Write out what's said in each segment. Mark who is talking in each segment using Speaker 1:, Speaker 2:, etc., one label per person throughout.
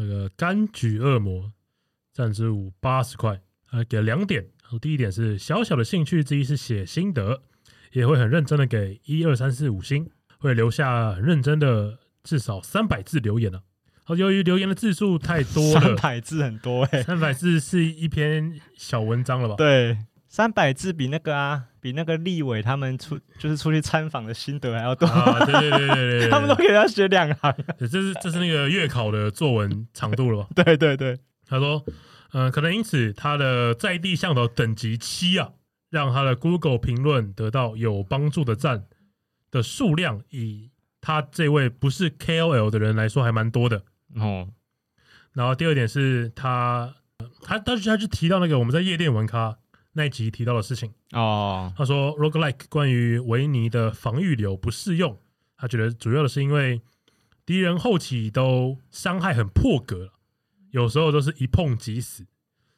Speaker 1: 那个柑橘恶魔赞助五八十块，呃，给了两点。呃第一点是小小的兴趣之一是写心得，也会很认真的给一二三四五星，会留下很认真的至少三百字留言呢、啊。由于留言的字数太多
Speaker 2: 三
Speaker 1: 了，
Speaker 2: 百字很多 哎、
Speaker 1: 三百字是一篇小文章了吧？
Speaker 2: 对，三百字比那个啊，比那个立委他们出就是出去参访的心得还要多，
Speaker 1: 啊，对对对对对对，
Speaker 2: 他们都给他写两行。啊
Speaker 1: 对这是这是那个月考的作文长度了吧？
Speaker 2: 对对对，
Speaker 1: 他说，呃，可能因此他的在地向导等级七啊，让他的 Google 评论得到有帮助的赞的数量，以他这位不是 KOL 的人来说还蛮多的。
Speaker 2: 哦，
Speaker 1: 然后第二点是他，呃他他他是提到那个我们在夜店玩咖那一集提到的事情，
Speaker 2: 哦，
Speaker 1: 他说 roguelike 关于维尼的防御流不适用，他觉得主要的是因为敌人后期都伤害很破格了，有时候都是一碰即死，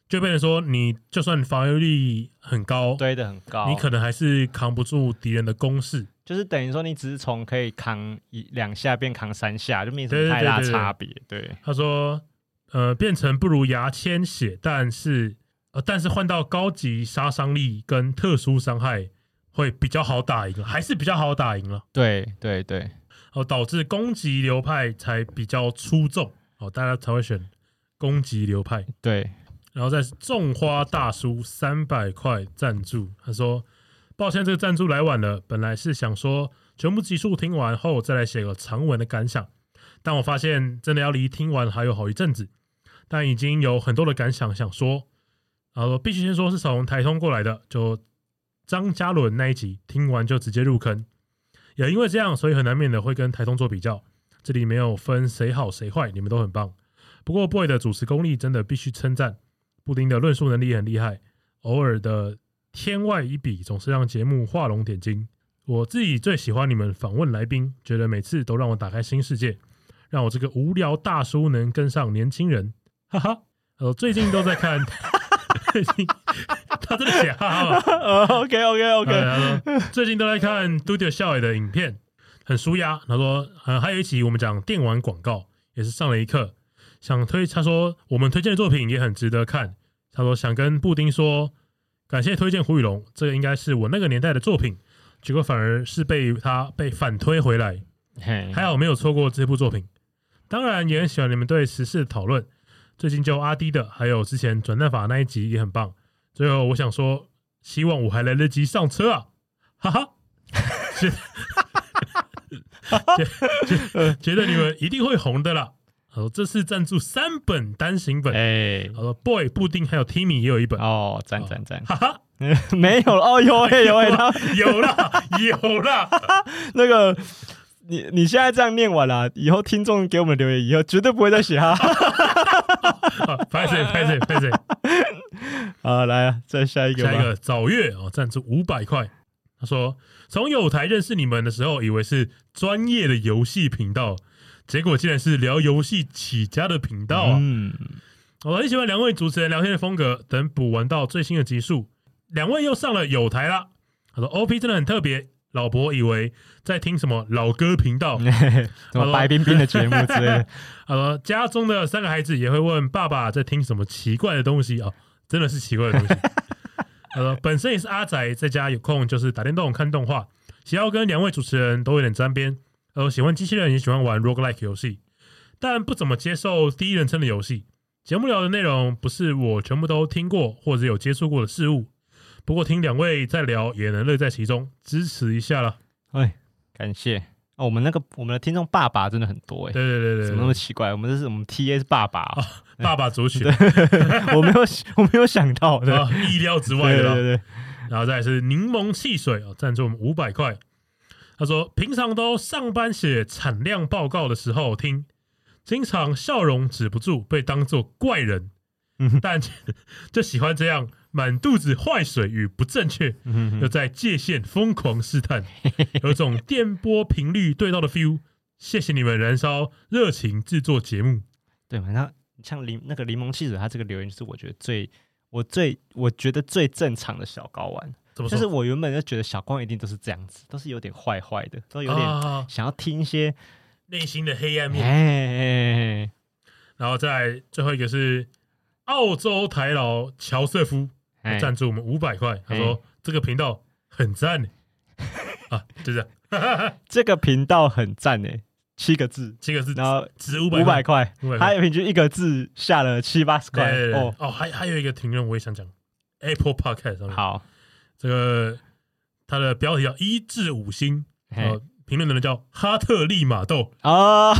Speaker 1: 就变成说你就算防御力很高，
Speaker 2: 堆的很高，
Speaker 1: 你可能还是扛不住敌人的攻势。
Speaker 2: 就是等于说你只是从可以扛一两下变扛三下，就没什
Speaker 1: 对对
Speaker 2: 么太
Speaker 1: 对
Speaker 2: 大
Speaker 1: 对对
Speaker 2: 差别。对，
Speaker 1: 他说，呃，变成不如牙签血，但是呃，但是换到高级杀伤力跟特殊伤害会比较好打赢了，还是比较好打赢了。
Speaker 2: 对，对，对，
Speaker 1: 哦，导致攻击流派才比较出众，哦，大家才会选攻击流派。
Speaker 2: 对，
Speaker 1: 然后再是种花大叔三百块赞助，他说：“抱歉，这个赞助来晚了，本来是想说全部集数听完后再来写个长文的感想，但我发现真的要离听完还有好一阵子，但已经有很多的感想想说。然后必须先说是从台通过来的，就张嘉伦那一集听完就直接入坑，也因为这样，所以很难免的会跟台通做比较。这里没有分谁好谁坏，你们都很棒。不过 boy 的主持功力真的必须称赞。”布丁的论述能力很厉害，偶尔的天外一笔总是让节目画龙点睛。我自己最喜欢你们访问来宾，觉得每次都让我打开新世界，让我这个无聊大叔能跟上年轻人，哈哈。呃，最近都在看， 最近 他真的写哈哈吗？
Speaker 2: 呃，OK，OK，OK，
Speaker 1: 呃他说 最近都在看嘟嘟笑伟的影片，很舒压。他说，呃，还有一期我们讲电玩广告，也是上了一课。想推，他说我们推荐的作品也很值得看。他说想跟布丁说，感谢推荐胡宇龙，这个应该是我那个年代的作品，结果反而是被他被反推回来。
Speaker 2: 嘿，
Speaker 1: 嗯还好没有错过这部作品。当然也很喜欢你们对时事的讨论，最近就阿迪的，还有之前转蛋法那一集也很棒。最后我想说，希望我还来得及上车啊，哈哈。觉得觉觉得你们一定会红的啦。好，这次赞助三本单行本，
Speaker 2: 哎，
Speaker 1: 好了，Boy 布丁还有 Timmy 也有一本，哈
Speaker 2: 哦，赞赞赞，
Speaker 1: 哈，
Speaker 2: 没有了，哦，有哎有哎，他
Speaker 1: 有啦有啦，
Speaker 2: 那个。你你现在这样念完了、以后听众给我们留言，以后绝对不会 再写哈哈。
Speaker 1: 拍谁拍谁拍谁。
Speaker 2: 好，来啊，再下一个吧。
Speaker 1: 下一个早月哦，赞助五百块。他说从有台认识你们的时候，以为是专业的游戏频道，结果竟然是聊游戏起家的频道啊！
Speaker 2: 嗯，
Speaker 1: 我很喜欢两位主持人聊天的风格。等补完到最新的集数，两位又上了有台啦。他说 OP 真的很特别，老婆以为在听什么老歌频道，
Speaker 2: 什么白冰冰的节目之类 的，
Speaker 1: 他说家中的三个孩子也会问爸爸在听什么奇怪的东西哦，真的是奇怪的东西。他说本身也是阿宅，在家有空就是打电动、看动画，喜好跟两位主持人都有点沾边。呃，喜欢机器人，也喜欢玩 roguelike 游戏，但不怎么接受第一人称的游戏。节目聊的内容不是我全部都听过或者有接触过的事物，不过听两位在聊也能乐在其中，支持一下啦。
Speaker 2: 哎，感谢哦。我们那个我们的听众爸爸真的很多哎、
Speaker 1: 对对对对对，
Speaker 2: 怎么那么奇怪？我们这是我们 T A 是爸爸哦、
Speaker 1: 爸爸族群，哦
Speaker 2: 我没有我没有想到的。
Speaker 1: 啊意料之外
Speaker 2: 对
Speaker 1: 的啦。
Speaker 2: 对对，
Speaker 1: 然后再来是柠檬汽水哦，赞助我们五百块。他说平常都上班写产量报告的时候听，经常笑容止不住，被当作怪人
Speaker 2: 嗯哼，
Speaker 1: 但就喜欢这样满肚子坏水与不正确，
Speaker 2: 嗯
Speaker 1: 又在界限疯狂试探，有种电波频率对到的 feel。谢谢你们燃烧热情制作节目，
Speaker 2: 对嘛？那像柠那个柠檬汽水，它这个留言就是我觉得最我最我觉得最正常的小睾丸，
Speaker 1: 怎么
Speaker 2: 就
Speaker 1: 说？
Speaker 2: 是我原本就觉得小光一定都是这样子，都是有点坏坏的，都有点
Speaker 1: 啊，
Speaker 2: 想要听一些
Speaker 1: 内心的黑暗
Speaker 2: 哎
Speaker 1: 面。
Speaker 2: 哎哎
Speaker 1: 然后再最后一个是澳洲台老乔瑟夫
Speaker 2: 哎
Speaker 1: 赞助我们五百块，他说这个频道很赞啊，就这样，
Speaker 2: 这个频道很赞诶，七个字，
Speaker 1: 这个是
Speaker 2: 然后
Speaker 1: 值五
Speaker 2: 五百
Speaker 1: 百，
Speaker 2: 块
Speaker 1: 500块，
Speaker 2: 还有平均一个字下了七八十
Speaker 1: 对
Speaker 2: 块
Speaker 1: 对对
Speaker 2: 哦。
Speaker 1: 哦，还还有一个评论我也想讲，Apple Podcast 上面
Speaker 2: 好，
Speaker 1: 这个它的标题叫一至五星，
Speaker 2: 嘿
Speaker 1: 呃，评论的人叫哈特利马豆
Speaker 2: 啊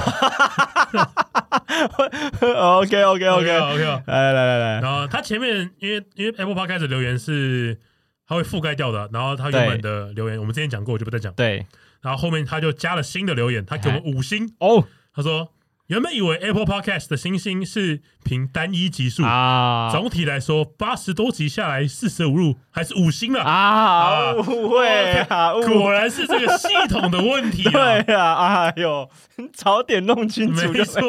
Speaker 2: ，OK OK OK，
Speaker 1: OK 啊。
Speaker 2: 哦来来来来来，
Speaker 1: 然后它前面因为因为 Apple Podcast 的留言是它会覆盖掉的，然后它原本的留言我们之前讲过，我就不再讲。
Speaker 2: 对
Speaker 1: 然后后面他就加了新的留
Speaker 2: 哎
Speaker 1: 言，他给我们五星。
Speaker 2: 哦
Speaker 1: 他说，原本以为 Apple Podcast 的星星是凭单一集数，
Speaker 2: 啊
Speaker 1: 总体来说八十多集下来四舍五入还是五星了。
Speaker 2: 啊，误会啊，误
Speaker 1: 果然是这个系统的问题 啊！
Speaker 2: 对啊，哎呦，早点弄清楚
Speaker 1: 没
Speaker 2: 就
Speaker 1: 错，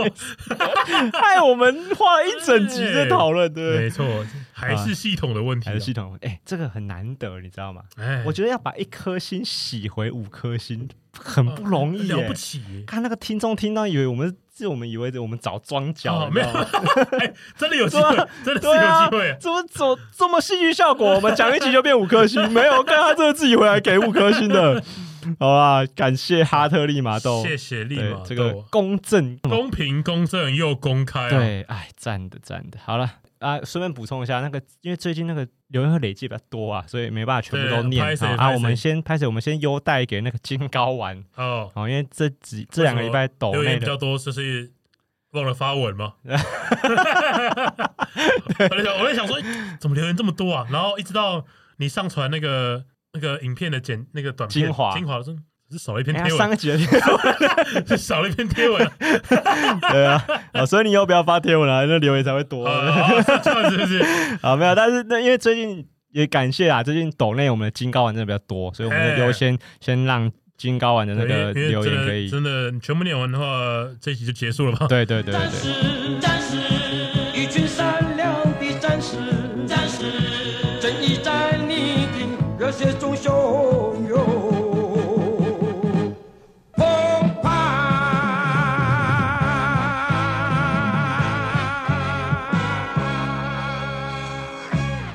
Speaker 2: 害我们花了一整集在讨论，对不
Speaker 1: 没
Speaker 2: 对？
Speaker 1: 错，还是系统的问题啊
Speaker 2: 还。是系统？哎、这个很难得，你知道吗？
Speaker 1: 哎
Speaker 2: 我觉得要把一颗星洗回五颗星，很不容易、耶
Speaker 1: 啊嗯了不起 耶，
Speaker 2: 看那个听众听到以为我们是我们以为我们早装 脚，
Speaker 1: 哦
Speaker 2: 你知道吗
Speaker 1: 哎，真的有机会
Speaker 2: 对啊，
Speaker 1: 真的是
Speaker 2: 对啊
Speaker 1: 有机会，。
Speaker 2: 怎么走这么戏剧效果？我们讲一集就变五颗星，没有，看他真的自己回来给五颗星 的。好啦，感谢哈特利马豆，
Speaker 1: 谢谢立
Speaker 2: 啊对
Speaker 1: 马
Speaker 2: 这个
Speaker 1: 豆，
Speaker 2: 公正
Speaker 1: 公平公正又公开啊。
Speaker 2: 对，哎，赞的赞的。好了啊，顺便补充一下，那个因为最近那个留言会累积比较多啊，所以没办法全部都
Speaker 1: 对
Speaker 2: 念
Speaker 1: 拍谁
Speaker 2: 好
Speaker 1: 拍
Speaker 2: 啊。
Speaker 1: 谁
Speaker 2: 我们先拍谁，我们先优待给那个金睾丸
Speaker 1: 哦，
Speaker 2: 哦，因为这几这两个礼拜抖
Speaker 1: 留
Speaker 2: 内
Speaker 1: 言比
Speaker 2: 的
Speaker 1: 较多，就是忘了发文 嘛。我在想，我在想说，诶怎么留言这么多啊？然后一直到你上传那个那个影片的剪那个短片
Speaker 2: 精华
Speaker 1: 精华说只是少了一篇
Speaker 2: 哎呀，
Speaker 1: 贴
Speaker 2: 上
Speaker 1: 文，
Speaker 2: 一集的贴
Speaker 1: 是少了一篇贴文啊。
Speaker 2: 对啊，啊，所以你以后不要发贴文了、那留言才会多
Speaker 1: 哦是这样子是不是？
Speaker 2: 啊。没有，但是那因为最近也感谢啊，最近抖内我们的金睾丸真的比较多，所以我们就优
Speaker 1: 哎
Speaker 2: 先先让金睾丸的那个
Speaker 1: 因为因
Speaker 2: 留
Speaker 1: 为真
Speaker 2: 言
Speaker 1: 的
Speaker 2: 可以。
Speaker 1: 真的全部念完的话，这一集就结束了吧？
Speaker 2: 对对对对
Speaker 3: 战
Speaker 2: 对，
Speaker 3: 士，战士，一群善良的战士，战士，正义在你的热血中汹涌澎湃。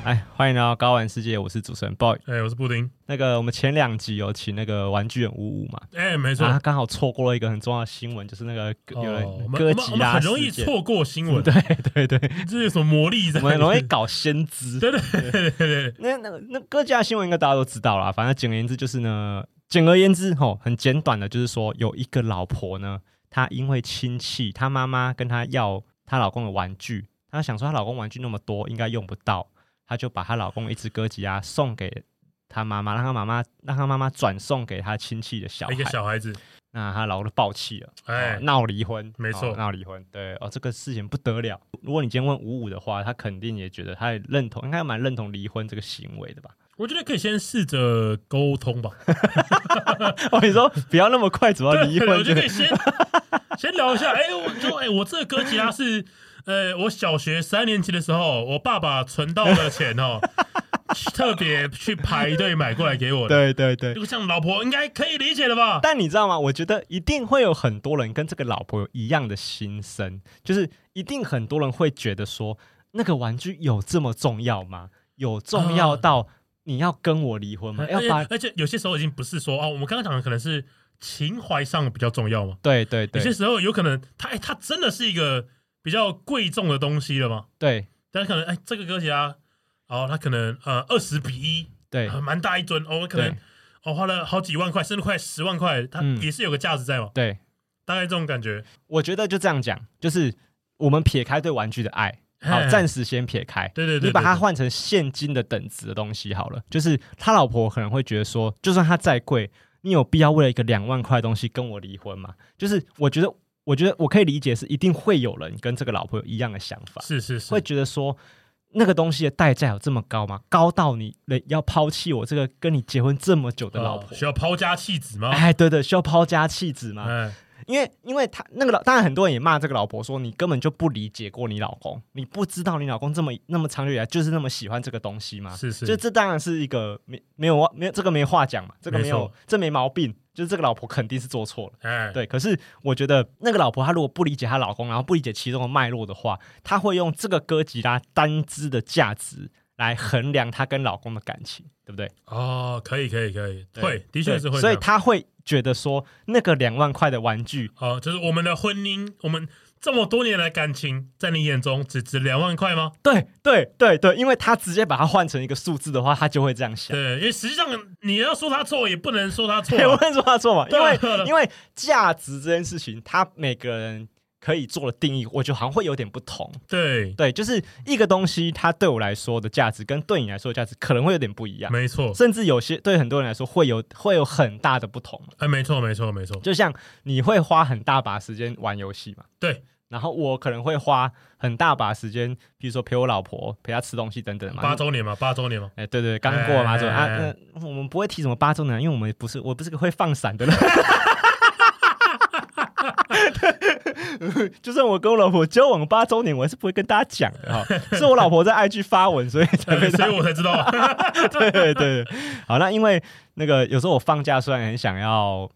Speaker 2: 哎，欢迎来到睾丸世界，我是主持人 boy。
Speaker 1: 哎，我是布丁。
Speaker 2: 那个我们前两集有请那个玩具人五五嘛，
Speaker 1: 哎，没错，
Speaker 2: 啊，刚好错过了一个很重要的新闻，就是那个
Speaker 1: 哦
Speaker 2: 有
Speaker 1: 我
Speaker 2: 人
Speaker 1: 们
Speaker 2: 哥
Speaker 1: 我们
Speaker 2: 吉
Speaker 1: 我们
Speaker 2: 拉
Speaker 1: 很容易
Speaker 2: 事件，
Speaker 1: 错过新闻，
Speaker 2: 对对对，
Speaker 1: 这有什么魔力在
Speaker 2: 我
Speaker 1: 里面？
Speaker 2: 们很容易搞先知。
Speaker 1: 对对对对对，对
Speaker 2: 那那个那哥吉拉新闻应该大家都知道啦，反正简而言之就是呢，简而言之吼，很简短的，就是说有一个老婆呢，她因为亲戚，她妈妈跟她要她老公的玩具，她想说她老公玩具那么多，应该用不到，她就把她老公一只哥吉拉送给她妈妈，让她妈妈让她妈妈转送给她亲戚的小孩
Speaker 1: 一个。小孩子，
Speaker 2: 那她老公就暴气了，
Speaker 1: 哎
Speaker 2: 哎，闹离婚，
Speaker 1: 没错
Speaker 2: 哦闹离婚，对，哦，这个事情不得了。如果你今天问五五的话，他肯定也觉得他也认同，应该蛮认同离婚这个行为的吧？
Speaker 1: 我觉得可以先试着沟通吧。
Speaker 2: 哦，你说不要那么快走到离
Speaker 1: 对
Speaker 2: 婚
Speaker 1: 我觉得
Speaker 2: 这个
Speaker 1: 可以，先 先聊一下。哎、我就哎、我这个哥吉拉是，呃，我小学三年级的时候，我爸爸存到了钱哦， 特别去排队买过来给我的。
Speaker 2: 对对对。
Speaker 1: 就像老婆应该可以理解了吧？
Speaker 2: 但你知道吗？我觉得一定会有很多人跟这个老婆有一样的心声，就是一定很多人会觉得说，那个玩具有这么重要吗？有
Speaker 1: 啊
Speaker 2: 重要到你要跟我离婚吗？要
Speaker 1: 哎而且
Speaker 2: 把
Speaker 1: 而且有些时候已经不是说哦，我们刚刚讲的可能是情怀上比较重要嘛，
Speaker 2: 对对
Speaker 1: 有些
Speaker 2: 对
Speaker 1: 时候有可能它哎它真的是一个比较贵重的东西了嘛，
Speaker 2: 对
Speaker 1: 但是可能哎这个哥吉拉，哦它可能呃二十比一，
Speaker 2: 对
Speaker 1: 呃蛮大一尊哦，可能
Speaker 2: 对
Speaker 1: 哦花了好几万块，甚至快十万块，它
Speaker 2: 嗯
Speaker 1: 也是有个价值在嘛，
Speaker 2: 对，
Speaker 1: 大概这种感觉。
Speaker 2: 我觉得就这样讲，就是我们撇开对玩具的爱，好
Speaker 1: 嘿，
Speaker 2: 暂时先撇开。
Speaker 1: 对对对，
Speaker 2: 你把它
Speaker 1: 对
Speaker 2: 换成现金的等值的东西好了，就是他老婆可能会觉得说，就算它再贵，你有必要为了一个两万块的东西跟我离婚吗？就是我觉得我觉得我可以理解是一定会有人跟这个老婆有一样的想法，
Speaker 1: 是是是
Speaker 2: 会，觉得说那个东西的代价有这么高吗？高到你人要抛弃我这个跟你结婚这么久的老
Speaker 1: 呃
Speaker 2: 婆？
Speaker 1: 需要抛家弃子 吗？
Speaker 2: 哎，对对，需要抛家弃子吗？
Speaker 1: 哎，
Speaker 2: 因为因为他那个老，当然很多人也骂这个老婆说你根本就不理解过你老公，你不知道你老公这么那么长久以来就是那么喜欢这个东西吗？
Speaker 1: 是是
Speaker 2: 就这当然是一个没没有没有这个没话讲嘛，这个没
Speaker 1: 没
Speaker 2: 有
Speaker 1: 错
Speaker 2: 这没毛病，就是这个老婆肯定是做错了。
Speaker 1: 哎，
Speaker 2: 对，可是我觉得那个老婆她如果不理解她老公，然后不理解其中的脉络的话，她会用这个哥吉拉单只的价值来衡量她跟老公的感情，对不对？
Speaker 1: 哦，可以可以可以，
Speaker 2: 对
Speaker 1: 会，的确
Speaker 2: 对
Speaker 1: 是会这
Speaker 2: 所以
Speaker 1: 样，
Speaker 2: 她会觉得说那个两万块的玩具
Speaker 1: 哦，就是我们的婚姻，我们这么多年来感情，在你眼中只值两万块吗？
Speaker 2: 对对对对，因为他直接把它换成一个数字的话，他就会这样想。
Speaker 1: 对，因为实际上你要说他错，也不能说他错
Speaker 2: 对 我
Speaker 1: 啊，
Speaker 2: 能说他错嘛？因
Speaker 1: 对啊
Speaker 2: 为因为价值这件事情，他每个人可以做的定义，我觉得好像会有点不同。
Speaker 1: 对，
Speaker 2: 对，就是一个东西，它对我来说的价值跟对你来说的价值可能会有点不一样，
Speaker 1: 没错，
Speaker 2: 甚至有些对很多人来说会有会有很大的不同。
Speaker 1: 哎，没错没错没错，
Speaker 2: 就像你会花很大把时间玩游戏嘛，
Speaker 1: 对，
Speaker 2: 然后我可能会花很大把时间，比如说陪我老婆、陪她吃东西等等嘛。
Speaker 1: 八周年嘛，八周年嘛，
Speaker 2: 哎、对对，刚过八周年、
Speaker 1: 哎哎
Speaker 2: 啊，那我们不会提什么八周年，因为我们不是我不是个会放闪的人。 就算我跟我老婆交往八周年，我还是不会跟大家讲的 哈。是我老婆在 IG 发文，所以才
Speaker 1: 哎
Speaker 2: 被
Speaker 1: 所
Speaker 2: 她
Speaker 1: 以我才知道，啊
Speaker 2: 对对对，好，那因为那个有时候我放假虽然很想要，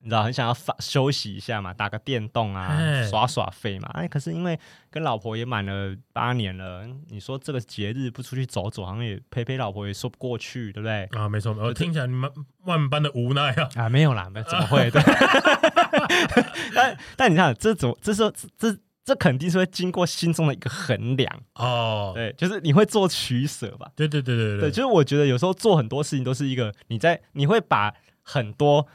Speaker 2: 你知道很想要放休息一下嘛，打个电动啊
Speaker 1: 哎，
Speaker 2: 耍耍废嘛。哎，可是因为跟老婆也满了八年了，你说这个节日不出去走走，好像也陪陪老婆也说不过去，对不对？
Speaker 1: 啊，没错，我听起来你们万般的无奈啊，
Speaker 2: 啊，没有啦，没有怎么会？ 对，但但你看，这怎么这时候这这这肯定是会经过心中的一个衡量，
Speaker 1: 哦，
Speaker 2: 对，就是你会做取舍吧？
Speaker 1: 对对对对
Speaker 2: 对，就是我觉得有时候做很多事情都是一个你在你会把很多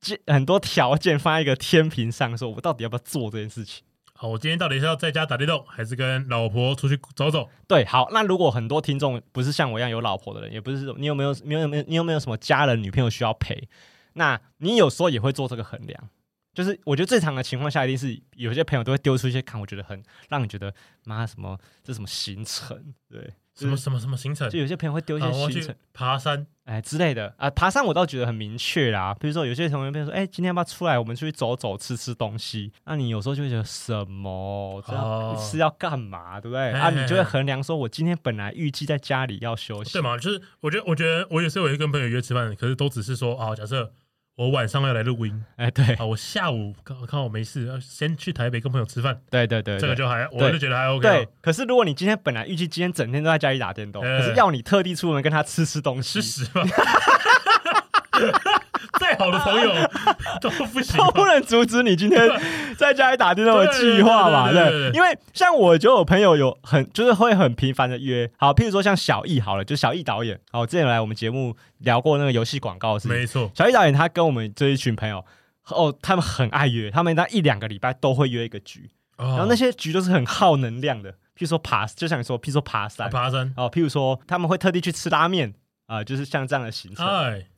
Speaker 2: 这很多条件放在一个天平上，说我到底要不要做这件事情。
Speaker 1: 好，我今天到底是要在家打电动，还是跟老婆出去走走？
Speaker 2: 对，好，那如果很多听众不是像我一样有老婆的人，也不是你有没有你有没有你有没有什么家人女朋友需要陪，那你有时候也会做这个衡量。就是我觉得最常的情况下，一定是有些朋友都会丢出一些看，我觉得很让你觉得妈什么这什么行程，对，
Speaker 1: 什么什么什么行程？
Speaker 2: 就有些朋友会丢一
Speaker 1: 啊，
Speaker 2: 些
Speaker 1: 我要
Speaker 2: 行程
Speaker 1: 去，爬山，
Speaker 2: 哎之类的啊，爬山我倒觉得很明确啦。比如说有些同学朋友说，哎、今天要不要出来？我们出去走走，吃吃东西。那、你有时候就会觉得什么，这
Speaker 1: 哦
Speaker 2: 要是要干嘛，对不对？
Speaker 1: 嘿
Speaker 2: 啊，
Speaker 1: 嘿
Speaker 2: 你就会
Speaker 1: 嘿哦
Speaker 2: 衡量说，我今天本来预计在家里要休息，
Speaker 1: 对？嘛？就是我觉得，我觉得我有时候也会跟朋友约吃饭，可是都只是说啊，假设我晚上要来录音
Speaker 2: 哎、对
Speaker 1: 啊，我下午刚刚好没事，要先去台北跟朋友吃饭，
Speaker 2: 对对对，
Speaker 1: 这个
Speaker 2: 对
Speaker 1: 就还我
Speaker 2: 对
Speaker 1: 就觉得还 OK
Speaker 2: 对
Speaker 1: 啊。。
Speaker 2: 可是如果你今天本来预计今天整天都在家里打电动，
Speaker 1: 哎
Speaker 2: 可是要你特地出门跟他吃吃东
Speaker 1: 吃
Speaker 2: 西，
Speaker 1: 屎吧！ 再好的朋 友都不行
Speaker 2: 都
Speaker 1: 吧，
Speaker 2: 不能阻止你今天在家里打电动的计划嘛？
Speaker 1: 对对对对对
Speaker 2: 对，
Speaker 1: 对
Speaker 2: 因为像我就有朋友有很就是会很频繁的约，好，譬如说像小易好了，就小易导演，好，之前有来我们节目聊过那个游戏广告的事情，
Speaker 1: 没错，
Speaker 2: 小易导演他跟我们这一群朋友。哦，他们很爱约，他们那一两个礼拜都会约一个局，
Speaker 1: 然
Speaker 2: 然后那些局都是很耗能量的，譬如说爬，就像你说，譬如说爬山，
Speaker 1: 爬山，
Speaker 2: 哦，譬如说他们会特地去吃拉面，啊、就是像这样的行程。
Speaker 1: 哎，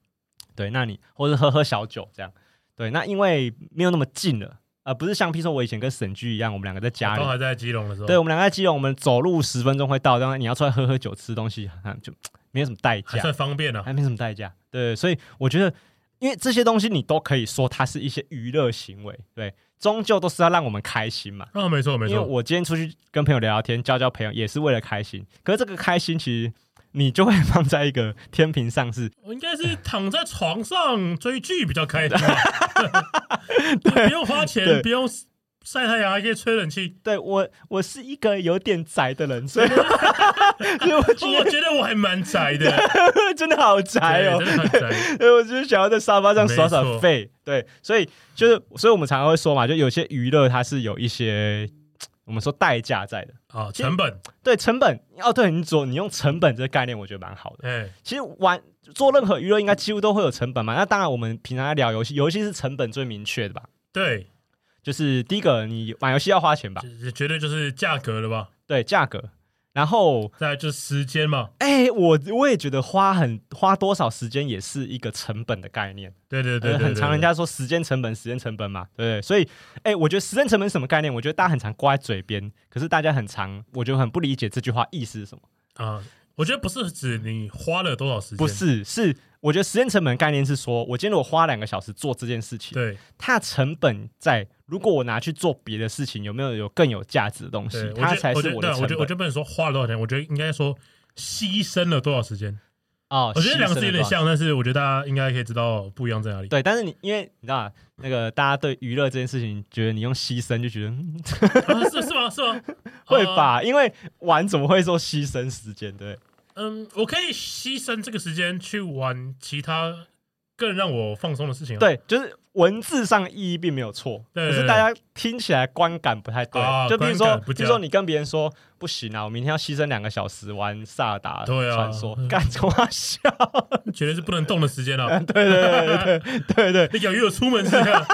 Speaker 2: 对，那你或者喝喝小酒这样，对，那因为没有那么近了，呃，不是像譬如说我以前跟沈居一样，我们两个在家里
Speaker 1: 都，还在基隆的时候，
Speaker 2: 对，我们两个在基隆，我们走路十分钟会到，当然你要出来喝喝酒吃东西，啊、就没有什么代
Speaker 1: 还
Speaker 2: 价，
Speaker 1: 算方便啊。
Speaker 2: 还没什么代价，对，所以我觉得，因为这些东西你都可以说它是一些娱乐行为，对，终究都是要让我们开心嘛。
Speaker 1: 啊，没错没
Speaker 2: 因为
Speaker 1: 错，
Speaker 2: 我今天出去跟朋友聊聊天，交交朋友，也是为了开心。可是这个开心，其实你就会 放在一个天平上，是
Speaker 1: 我应该是躺在床上追剧比较开心吧，不用花钱，
Speaker 2: 对
Speaker 1: 不用晒太阳，还可以吹冷气。
Speaker 2: 对我，我是一个有点宅的人，所以 所以我觉
Speaker 1: 哦我
Speaker 2: 得
Speaker 1: 觉得我还蛮宅 的，
Speaker 2: 真的好宅
Speaker 1: 对
Speaker 2: 哦。
Speaker 1: 真的很 宅。
Speaker 2: 对，我就是想要在沙发上耍
Speaker 1: 没
Speaker 2: 耍
Speaker 1: 错
Speaker 2: 废。对，所以就是，所以我们常常会说嘛，就有些娱乐它是有一些我们说代价在的。
Speaker 1: 啊，
Speaker 2: 其实
Speaker 1: 成本，
Speaker 2: 对成本哦，对你做你用成本这个概念，我觉得蛮好的。
Speaker 1: 哎，
Speaker 2: 其实玩做任何娱乐，应该几乎都会有成本嘛。那当然，我们平常在聊游戏，游戏是成本最明确的吧？
Speaker 1: 对，
Speaker 2: 就是第一个，你买游戏要花钱吧？
Speaker 1: 这这绝对就是价格了吧？
Speaker 2: 对，价格。然后，
Speaker 1: 再来就是时间嘛，
Speaker 2: 哎、我我也觉得花很花多少时间也是一个成本的概念。
Speaker 1: 对对对对
Speaker 2: 呃
Speaker 1: 对，
Speaker 2: 很常人家说时间成本，时间成本嘛，对不对？所以，哎、我觉得时间成本是什么概念？我觉得大家很常挂在嘴边，可是大家很常，我觉得很不理解这句话意思是什么。
Speaker 1: 啊、我觉得不是指你花了多少时间，
Speaker 2: 不是，是我觉得时间成本的概念是说，我今天如果花两个小时做这件事情，
Speaker 1: 对
Speaker 2: 它的成本在如果我拿去做别的事情，有没有有更有价值的东西
Speaker 1: 对，？
Speaker 2: 它
Speaker 1: 我觉得
Speaker 2: 才
Speaker 1: 我觉
Speaker 2: 是
Speaker 1: 得
Speaker 2: 的
Speaker 1: 对啊
Speaker 2: 成
Speaker 1: 我觉得我
Speaker 2: 本
Speaker 1: 觉。得不能说花了多少钱，我觉得应该说牺牲了多少时间。
Speaker 2: 哦
Speaker 1: 我觉得两个
Speaker 2: 牺牲
Speaker 1: 字有点
Speaker 2: 了多少
Speaker 1: 像，但是我觉得大家应该可以知道不一样在哪里。
Speaker 2: 对，但是你因为你知道啊那个大家对娱乐这件事情，觉得你用牺牲就觉得、嗯、
Speaker 1: 啊是是吗？是吗？
Speaker 2: 会
Speaker 1: 啊
Speaker 2: 吧？因为玩怎么会说牺牲时间？对不对，
Speaker 1: 嗯，我可以牺牲这个时间去玩其他更让我放松的事情、啊。
Speaker 2: 对，就是文字上意义并没有错，
Speaker 1: 对
Speaker 2: 可
Speaker 1: 对
Speaker 2: 是
Speaker 1: 对
Speaker 2: 大家听起来观感不太对。
Speaker 1: 啊
Speaker 2: 就比如
Speaker 1: 观
Speaker 2: 说
Speaker 1: 感，不
Speaker 2: 比
Speaker 1: 佳
Speaker 2: 如说你跟别人说不行啊，我明天要牺牲两个小时玩萨尔达
Speaker 1: 对啊
Speaker 2: 传说
Speaker 1: 嗯，
Speaker 2: 干什么笑？
Speaker 1: 绝对是不能动的时间啊！
Speaker 2: 对对对 对对对，
Speaker 1: 你有约我出门是啊 吧？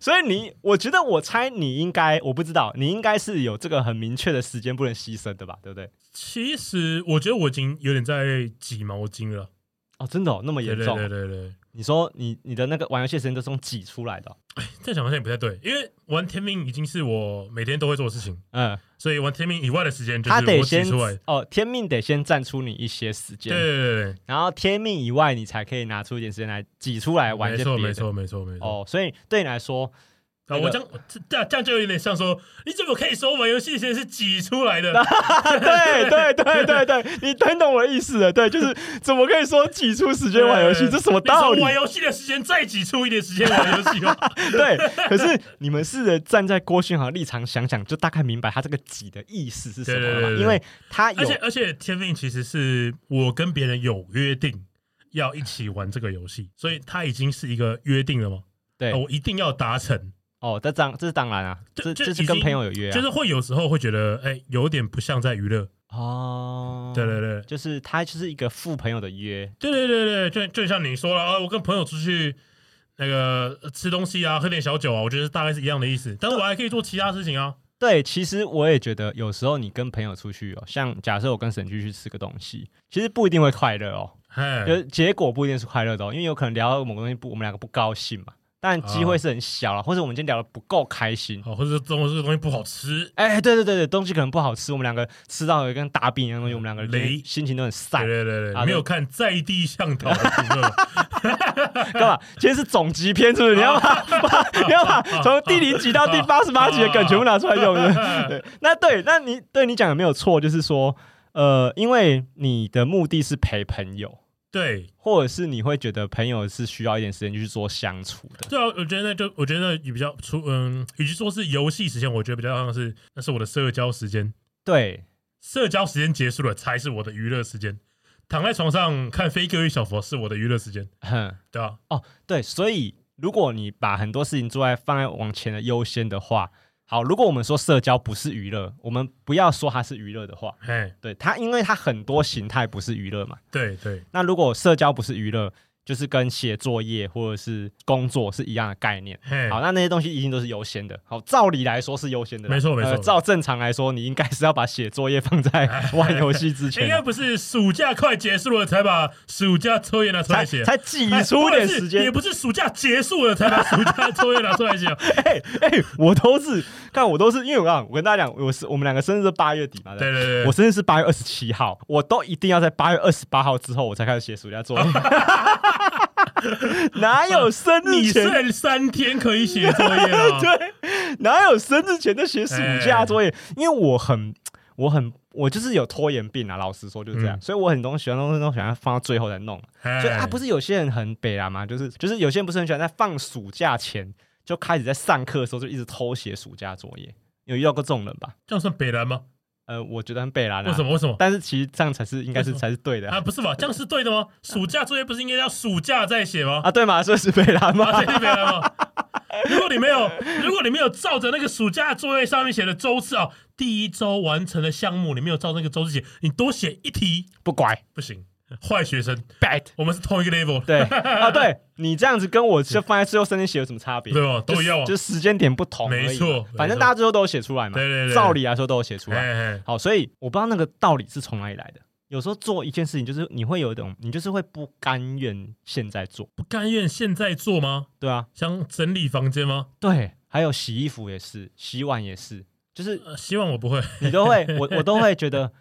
Speaker 2: 所以你，我觉得我猜你应该，我不知道，你应该是有这个很明确的时间不能牺牲的吧？对不对？
Speaker 1: 其实我觉得我已经有点在挤毛巾了，
Speaker 2: 哦，真的、哦、那么
Speaker 1: 对
Speaker 2: 严
Speaker 1: 对
Speaker 2: 重？
Speaker 1: 对对对。
Speaker 2: 你说你你的那个玩游戏的时间都是用挤出来的哦、
Speaker 1: 这样想好像也不太对，因为玩天命已经是我每天都会做的事情，
Speaker 2: 嗯，所
Speaker 1: 所以玩天命以外的时间就
Speaker 2: 他
Speaker 1: 是
Speaker 2: 得
Speaker 1: 我挤
Speaker 2: 先
Speaker 1: 出来。
Speaker 2: 哦，天命得先占出你一些时间，
Speaker 1: 对对对对，
Speaker 2: 然后天命以外，你才可以拿出一点时间来挤出来玩一
Speaker 1: 没
Speaker 2: 些
Speaker 1: 错
Speaker 2: 别的。
Speaker 1: 没错没错没错。
Speaker 2: 哦，所以对你来说，
Speaker 1: 啊，
Speaker 2: 那个
Speaker 1: 我这样这这样这样就有点像说，你怎么可以说玩游戏时间是挤出来 的？
Speaker 2: 对对对对对，你等懂我的意思了。对，就是怎么可以说挤出时间玩游戏？这什么
Speaker 1: 你从
Speaker 2: 道理？
Speaker 1: 玩游戏的时间再挤出一点时间玩游戏吧。
Speaker 2: 对，可是你们试着站在郭勋豪的立场想想，就大概明白他这个挤的意思是什么了吧
Speaker 1: 对对对对
Speaker 2: 因为他
Speaker 1: 而
Speaker 2: 有
Speaker 1: 且而且天命其实是我跟别人有约定要一起玩这个游戏，所以它已经是一个约定了嘛。
Speaker 2: 对
Speaker 1: 呃我一定要达成，
Speaker 2: 哦，这当这是当然啊，
Speaker 1: 就
Speaker 2: 这
Speaker 1: 就
Speaker 2: 这是
Speaker 1: 已
Speaker 2: 跟
Speaker 1: 经
Speaker 2: 朋友有约啊，
Speaker 1: 就是会有时候会觉得，哎、有点不像在娱乐。
Speaker 2: 哦，
Speaker 1: 对对对，
Speaker 2: 就是他就是一个赴朋友的约，
Speaker 1: 对对对对，就就像你说了啊，我跟朋友出去那个呃吃东西啊，喝点小酒啊，我觉得大概是一样的意思。但是我还可以做其他事情啊。
Speaker 2: 对，其实我也觉得有时候你跟朋友出去哦，像假设我跟沈剧去吃个东西，其实不一定会快乐哦，
Speaker 1: 哎，
Speaker 2: 就是结果不一定是快乐的、哦，因为有可能聊到某个东西不，我们两个不高兴嘛，但机会是很小了，或者我们今天聊的不够开心。
Speaker 1: 哦哦，或者是这种这个东西不好吃，
Speaker 2: 哎，对对对对，东西可能不好吃，我们两个吃到有跟大便一样的东西，我们两个
Speaker 1: 嗯雷
Speaker 2: 人心情都很散
Speaker 1: 对，对对
Speaker 2: 啊
Speaker 1: 对，没有看在地向 导的评论，
Speaker 2: 干嘛？今天是总集篇，是不是？你要把把 你要把从第零集到第八十八集的梗全部拿出来用，是不是？对，那对，那你对你讲的没有错，就是说，呃，因为你的目的是陪朋友，
Speaker 1: 对
Speaker 2: 或者是你会觉得朋友是需要一点时间去做相处的。
Speaker 1: 对啊，我觉得那就我觉得那比较出嗯，与其说是游戏时间，我觉得比较像是那是我的社交时间，
Speaker 2: 对，
Speaker 1: 社交时间结束了才是我的娱乐时间。躺在床上看《飞哥与小佛》是我的娱乐时间，
Speaker 2: 哼，
Speaker 1: 对啊，
Speaker 2: 哦，对，所以如果你把很多事情做在放在往前的优先的话，好，如果我们说社交不是娱乐，我们不要说它是娱乐的话，
Speaker 1: 哎，
Speaker 2: 对它，因为它很多形态不是娱乐嘛。
Speaker 1: 对对
Speaker 2: 那如果社交不是娱乐，就是跟写作业或者是工作是一样的概念。
Speaker 1: 嘿
Speaker 2: 好，那那些东西一定都是优先的。好，照理来说是优先的啦，
Speaker 1: 没错没错
Speaker 2: 呃照正常来说，你应该是要把写作业放在玩游戏之
Speaker 1: 应
Speaker 2: 前
Speaker 1: 该
Speaker 2: 啊，
Speaker 1: 不是暑假快结束了才把暑假作业拿出来
Speaker 2: 才
Speaker 1: 写，
Speaker 2: 才挤出点时
Speaker 1: 也
Speaker 2: 间。
Speaker 1: 不是暑假结束了才把暑假作业拿出来 写。
Speaker 2: 哎哎、我都是，看我都是，因为我刚我跟大家讲，我是我们两个生日是八月底嘛，
Speaker 1: 对
Speaker 2: 对
Speaker 1: 对对，
Speaker 2: 我生日是八月二十七号，我都一定要在八月二十八号之后我才开始写暑 假作业。 哪有 生日
Speaker 1: 你
Speaker 2: 前
Speaker 1: 剩三天可以写作业了。
Speaker 2: 对，哪有生日前在写暑假作
Speaker 1: 哎
Speaker 2: 业？因为我很，我很，我就是有拖延病啊。老实说就是这样，
Speaker 1: 嗯
Speaker 2: 所以我很多喜欢东西都喜欢放到最后再弄。
Speaker 1: 哎
Speaker 2: 所以啊，不是有些人很北啦嘛，就是就是有些人不是很喜欢在放暑假前就开始在上课的时候就一直偷写暑假作业，有遇到过这种人吧？
Speaker 1: 这样算北蓝吗？
Speaker 2: 呃，我觉得很北啦、
Speaker 1: 为什？么？为什么？
Speaker 2: 但是其实这样才是应该是才是对的啊
Speaker 1: 啊，不是吧？这样是对的吗？暑假作业不是应该要暑假再写吗？
Speaker 2: 啊，对嘛，所以是北啦嘛。
Speaker 1: 啊，这是北蓝吗？ 如果你没有，如果你没有照着那个暑假作业上面写的周次啊，第一周完成的项目，你没有照那个周次写，你多写一题
Speaker 2: 不乖，
Speaker 1: 不行。坏学生，
Speaker 2: bad。
Speaker 1: 我们是同一个 level，
Speaker 2: 对啊，对你这样子跟我就放在最后申请写有什么差别？
Speaker 1: 对吧？都一样啊，
Speaker 2: 就是是时间点不同而已嘛，
Speaker 1: 没错
Speaker 2: 反正大家最后都有写出来嘛，
Speaker 1: 对对对
Speaker 2: 照理来说都有写出来。
Speaker 1: 哎哎，
Speaker 2: 好，所以我不知道那个道理是从哪里来的。有时候做一件事情，就是你会有一种，你就是会不甘愿现在做，
Speaker 1: 不甘愿现在做吗？
Speaker 2: 对啊，
Speaker 1: 想整理房间吗？
Speaker 2: 对，还有洗衣服也是，洗碗也是，就是
Speaker 1: 呃希望我不会
Speaker 2: 你都会，我我都会觉得，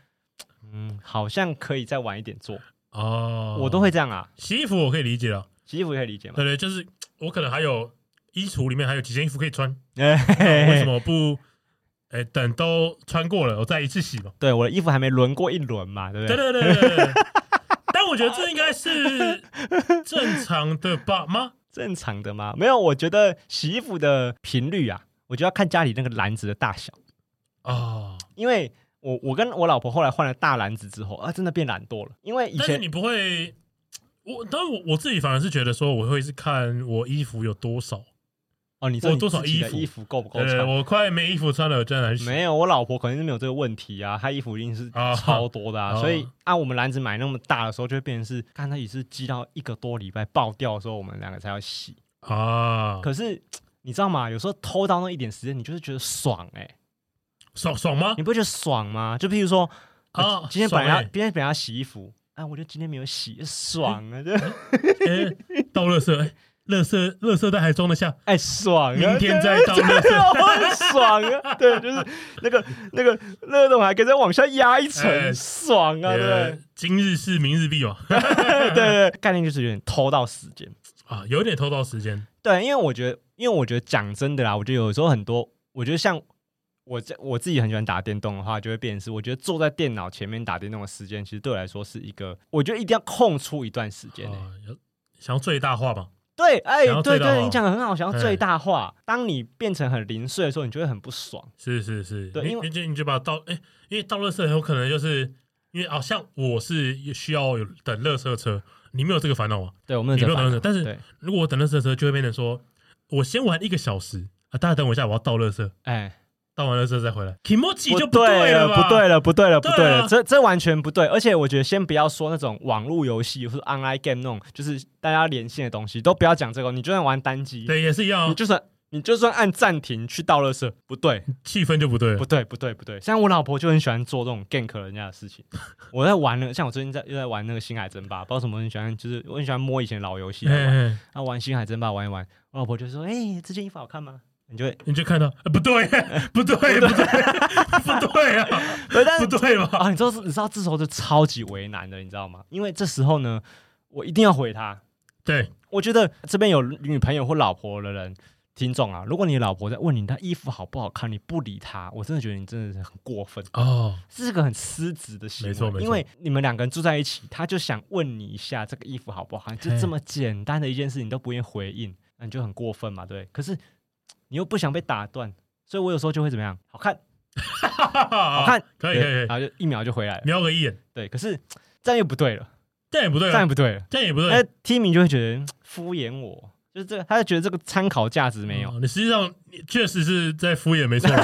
Speaker 2: 嗯，好像可以再晚一点做，
Speaker 1: 哦，
Speaker 2: 我都会这样啊。
Speaker 1: 洗衣服，我可以理解了，
Speaker 2: 洗衣服可以理解吗？
Speaker 1: 对对，就是我可能还有衣橱里面还有几件衣服可以穿，
Speaker 2: 哎嘿
Speaker 1: 那
Speaker 2: 嘿
Speaker 1: 我为什
Speaker 2: 嘿
Speaker 1: 么不？哎，等都穿过了，我再一次洗嘛。
Speaker 2: 对，我的衣服还没轮过一轮嘛，对不
Speaker 1: 对
Speaker 2: 对？
Speaker 1: 对对对对。对但我觉得这应该 是正常的吧吗？
Speaker 2: 正常的嘛，没有，我觉得洗衣服的频率啊，我就要看家里那个篮子的大小，
Speaker 1: 啊，
Speaker 2: 因为我我跟我老婆后来换了大篮子之后啊，真的变懒惰了，因为以
Speaker 1: 但是
Speaker 2: 前
Speaker 1: 你不会，我但我我自己反而是觉得说，我会是看我衣服有多少。
Speaker 2: 哦，你说
Speaker 1: 我
Speaker 2: 你
Speaker 1: 多少
Speaker 2: 自己的
Speaker 1: 衣服
Speaker 2: 衣服够不够
Speaker 1: 对对，
Speaker 2: 穿？
Speaker 1: 我快没衣服穿了，我真的很
Speaker 2: 没有，我老婆肯定是没有这个问题啊，她衣服一定是
Speaker 1: 啊
Speaker 2: 超多的啊，
Speaker 1: 哦
Speaker 2: 所以按、我们篮子买那么大的时候，就会变成是，看她也是积到一个多礼拜爆掉的时候，我们两个才要洗。
Speaker 1: 啊，
Speaker 2: 可是你知道吗？有时候偷到那一点时间，你就是觉得爽哎、
Speaker 1: 爽爽 吗
Speaker 2: 你？不会觉得爽吗？就譬如说，
Speaker 1: 啊
Speaker 2: 啊，今天本来要、
Speaker 1: 爽欸
Speaker 2: 今天本来要洗衣服，啊，我就今天没有洗，爽啊，就
Speaker 1: 哎倒垃圾，哎，垃圾垃圾袋还装得下，
Speaker 2: 哎爽啊，
Speaker 1: 明天 再倒垃圾
Speaker 2: 对，我很爽啊，对，就是那个那个热桶还可以再往下压一层，
Speaker 1: 哎
Speaker 2: 爽啊，对不对
Speaker 1: 呃？今日事明日毕嘛，
Speaker 2: 对对，对概念就是有点偷到时间。
Speaker 1: 啊，有点偷到时间
Speaker 2: 对，因为我觉得，因为我觉得讲真的啦，我觉得有时候很多，我觉得像我这我自己很喜欢打电动的话，就会变成是，我觉得坐在电脑前面打电动的时间，其实对我来说是一个，我觉得一定要空出一段时间、欸。
Speaker 1: 啊，有想要最大化嘛，
Speaker 2: 对，哎、
Speaker 1: 想要
Speaker 2: 对
Speaker 1: 最大化
Speaker 2: 对，你讲的很好，想要最
Speaker 1: 哎
Speaker 2: 大化。当你变成很零碎的时候，你就会很不爽。
Speaker 1: 是是是，
Speaker 2: 对
Speaker 1: 你
Speaker 2: 因为
Speaker 1: 你就你就把倒，哎，因为倒垃圾很有可能就是因为啊，像我是需要有等垃圾车，你没有这个烦恼吗？
Speaker 2: 对，我们
Speaker 1: 你
Speaker 2: 有
Speaker 1: 不
Speaker 2: 这
Speaker 1: 用
Speaker 2: 个
Speaker 1: 等
Speaker 2: 烦
Speaker 1: 垃圾
Speaker 2: 恼，
Speaker 1: 但是
Speaker 2: 啊对
Speaker 1: 如果我等垃圾车，就会变成说我先玩一个小时啊，大家等我一下，我要倒垃圾，
Speaker 2: 哎，
Speaker 1: 倒完垃圾再回来 k i m o j i 就
Speaker 2: 对
Speaker 1: 了吧？
Speaker 2: 不对了，不对了，不对
Speaker 1: 对啊
Speaker 2: 了，这这完全不对。而且我觉得，先不要说那种网络游戏或是 online game 那种，就是大家连线的东西，都不要讲这个。你就算玩单机，
Speaker 1: 对，也是一样
Speaker 2: 你
Speaker 1: 啊，
Speaker 2: 就算你就算按暂停去倒垃圾，不对，
Speaker 1: 气氛就不对了
Speaker 2: 不。对，不对，不对。像我老婆就很喜欢做这种 gank 人家的事情。我在玩那个，像我最近在又在玩那个《星海争霸》，不知道为什么我很喜欢，就是我很喜欢摸以前老游戏来玩。
Speaker 1: 哎，
Speaker 2: 那玩《星海争霸》玩一玩，我老婆就说：“哎、这件衣服好看吗？”你就会
Speaker 1: 你就看到，呃不对， 不对，不对，不对啊，
Speaker 2: 对，但
Speaker 1: 不
Speaker 2: 是
Speaker 1: 对吧？
Speaker 2: 啊，你知道是，你知道这时候就超级为难的，你知道吗？因为这时候呢，我一定要回他。
Speaker 1: 对，
Speaker 2: 我觉得这边有女朋友或老婆的人，听众啊，如果你老婆在问你她衣服好不好看，你不理她，我真的觉得你真的是很过分，
Speaker 1: 哦，
Speaker 2: 这是个很失职的行
Speaker 1: 没
Speaker 2: 为。
Speaker 1: 错没错
Speaker 2: 因为你们两个人住在一起，她就想问你一下这个衣服好不好看，就
Speaker 1: 嘿
Speaker 2: 这么简单的一件事，你都不愿意回应，那你就很过分嘛，对不对？可是你又不想被打断，所以我有时候就会怎么样，好 看，
Speaker 1: 好
Speaker 2: 好看，
Speaker 1: 可以可以
Speaker 2: 然
Speaker 1: 可以，
Speaker 2: 后就一秒就回来了，
Speaker 1: 瞄个一眼，
Speaker 2: 对。可是这样又不对了。
Speaker 1: 这样也不对
Speaker 2: 这样
Speaker 1: 啊，
Speaker 2: 不对了。
Speaker 1: 这样也不
Speaker 2: 那
Speaker 1: 对，
Speaker 2: Timmy 就会觉得嗯敷衍我，就是这个，他就觉得这个参考价值没有。
Speaker 1: 哦你实际上你确实是在敷衍， 没错啊。